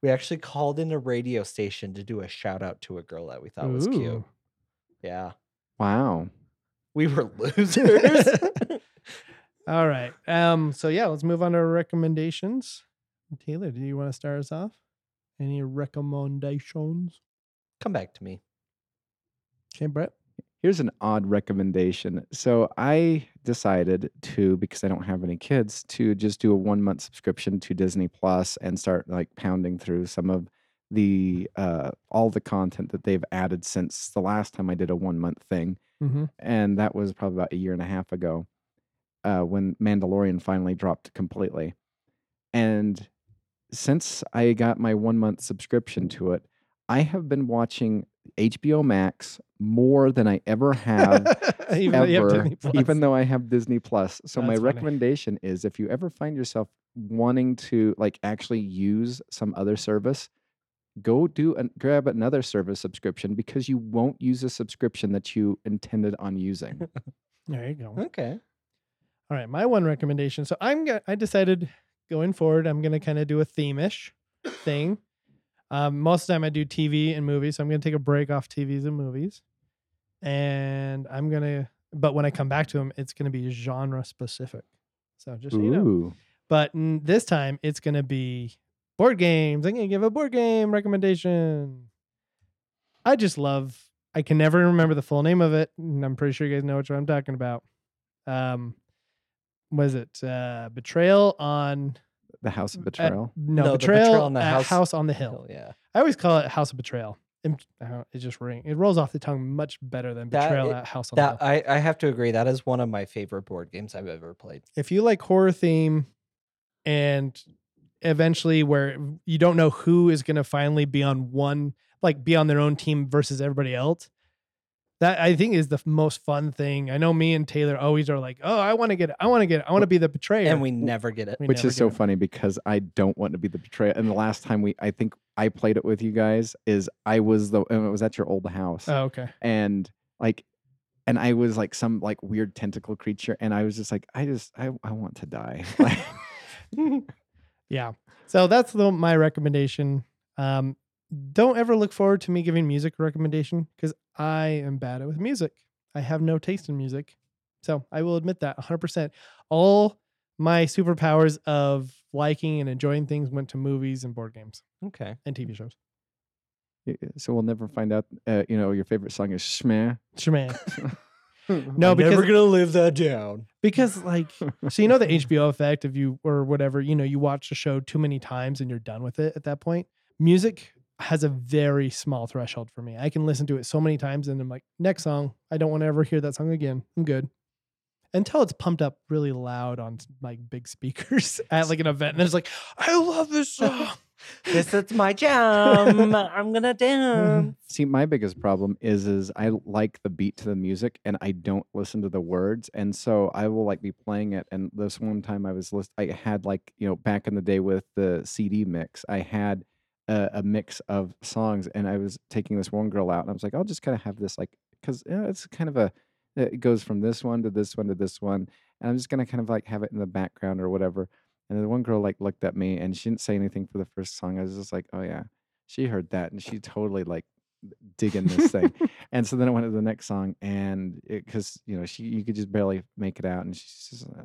We actually called in a radio station to do a shout out to a girl <laughs> that we thought was cute. Ooh. Yeah, Wow. we <laughs> were losers. All right. Um, so yeah, let's move on to our recommendations. Taylor, do you want to start us off? Any recommendations? Come back to me. Okay, Brett. Here's an odd recommendation. So I decided to, because I don't have any kids, to just do a one month subscription to Disney Plus and start like pounding through some of the uh, all the content that they've added since the last time I did a one month thing, Mm-hmm. and that was probably about a year and a half ago uh, when Mandalorian finally dropped completely. And since I got my one month subscription to it, I have been watching HBO Max more than I ever have Um, even though <laughs> you have ever, Disney Plus. even though I have Disney Plus. So my That's funny. recommendation is if you ever find yourself wanting to like actually use some other service, go do and grab another service subscription because you won't use a subscription that you intended <laughs> on using. there you go. Okay. All right, my one recommendation. So I'm go- I decided going forward I'm gonna kind of do a theme-ish thing. Um, most of the time I do TV and movies, so I'm gonna take a break off TVs and movies, and I'm gonna. But when I come back to them, it's gonna be genre specific. So just so you know. Ooh. But n- this time it's gonna be board games. I'm gonna give a board game recommendation. I just love. I can never remember the full name of it, and I'm pretty sure you guys know which one I'm talking about. Um, was it uh, Betrayal on The House of Uh, Betrayal. no, No, the Betrayal, Betrayal on the at House- house, on the Hell Hill. yeah. I always call it House of Betrayal. And I don't know, it just ring. It rolls off the tongue much better than That- Betrayal it- at House on the Hill. That I, I have to agree. That is one of my favorite board games I've ever played. if you like horror theme and eventually where you don't know who is going to finally be on one like be on their own team versus everybody else that i think is the f- most fun thing i know me and taylor always are like oh i want to get it i want to get it i want to be the betrayer And we never get it. We Which never is so get it. funny because I don't want to be the betrayer. And the last time we, I think I played it with you guys, is I was the, and it was at your old house. oh okay and like and i was like some like weird tentacle creature and i was just like i just i, I want to die <laughs> Like, yeah so that's the, my recommendation um don't ever look forward to me giving music recommendation because i am bad at with music i have no taste in music so i will admit that 100% all my superpowers of liking and enjoying things went to movies and board games Okay. and tv shows y- y- so we'll never find out uh, you know your favorite song is schmeh Shemaine. no because gonna live that down. because like so you know the hbo effect if you or whatever you know you watch a show too many times and you're done with it at that point music has a very small threshold for me i can listen to it so many times and i'm like next song i don't want to ever hear that song again i'm good until it's pumped up really loud on like big speakers <laughs> at like an event and it's like i love this song <laughs> This is my <laughs> jam. I'm gonna dance. see my biggest problem is is i like the beat to the music and i don't listen to the words and so i will like be playing it and this one time i was list i had like you know back in the day with the cd mix i had a, a mix of songs and i was taking this one girl out and i was like i'll just kind of have this like because it's kind of a it goes from this one to this one to this one and i'm just gonna kind of like have it in the background or whatever and the one girl like looked at me and she didn't say anything for the first song i was just like oh yeah she heard that and she totally like digging this thing and so then I went to the next song, and because you know she, you could just barely make it out, and she's just uh,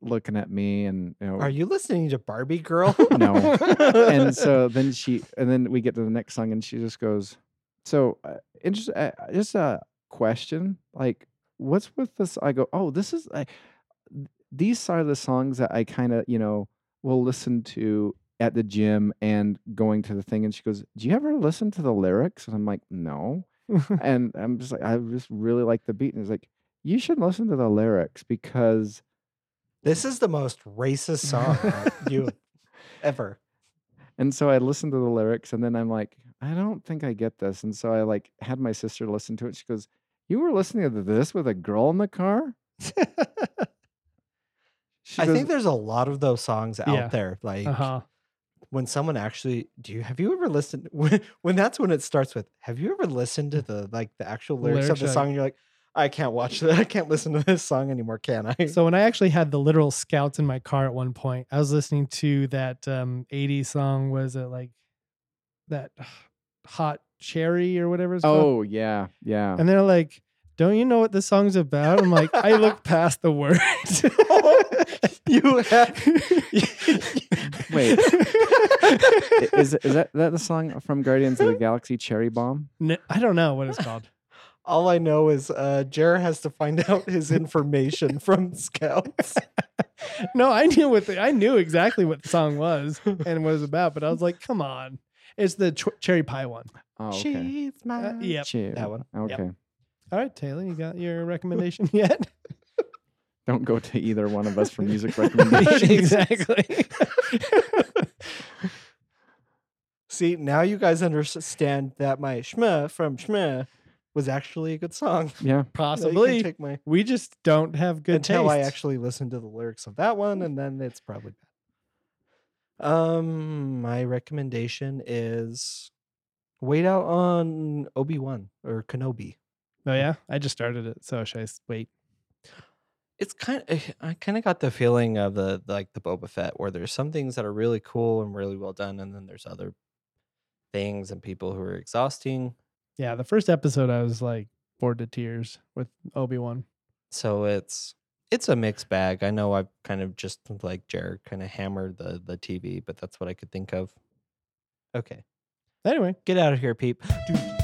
looking at me, and you know, Are you listening to Barbie <laughs> Girl? No. <laughs> and so then she, and then we get to the next song, and she just goes, "So, uh, interest, uh, uh, just a question, like, what's with this?" I go, "Oh, this is, I, th- these are the songs that I kind of, you know, will listen to." At the gym and going to the thing, and she goes, "Do you ever listen to the lyrics?" And I'm like, "No." and I'm just like, I just really like the beat. And it's like, you should listen to the lyrics because This is the most racist <laughs> song you ever. and so I listened to the lyrics and then I'm like, I don't think I get this. And so I like had my sister listen to it. She goes, You were listening to this with a girl in the car? She I goes, think there's a lot of those songs out Yeah. there. Like <laughs> uh-huh when someone actually do you have you ever listened <laughs> when, when that's when it starts with have you ever listened to the like the actual The lyrics, of lyrics, the like- song and you're like I can't watch that I can't listen to this song anymore can I <laughs> So when I actually had the literal scouts in my car at one point, I was listening to that um 80s song. Was it like that hot cherry or whatever it's called? Oh yeah, yeah. And they're like, Don't you know what this song's about? I'm like, I <laughs> look past the words. <laughs> <laughs> you have Wait. <laughs> I- is is that, that the song from Guardians of the Galaxy Cherry Bomb? N- I don't know what it's called. all I know is uh Jared has to find out his information from scouts No, I knew what the, I knew exactly what the song was and what it was about, but I was like, come on. It's the ch- cherry pie one. Oh okay. she's my Uh, yep. Cherry- that one. Okay. Yep. All right, Taylor, you got your recommendation <laughs> yet? <laughs> Don't go to either one of us <laughs> <laughs> for <laughs> music recommendations. exactly. See, now you guys understand that my Schmeh from Schmeh was actually a good song. <laughs> Yeah. Now you can Possibly. take my we just don't have good until taste. I actually listen to the lyrics of that one, and then it's probably bad. Um, my recommendation is wait out on Obi Wan or Kenobi. oh yeah, I just started it, so should I s- wait? It's kind of I kind of got the feeling of the like the Boba Fett, where there's some things that are really cool and really well done, and then there's other things and people who are exhausting. Yeah, the first episode I was like bored to tears with Obi Wan. so it's it's a mixed bag i know i've kind of just like jared kind of hammered the the tv but that's what i could think of okay Anyway, get out of here peep Dude.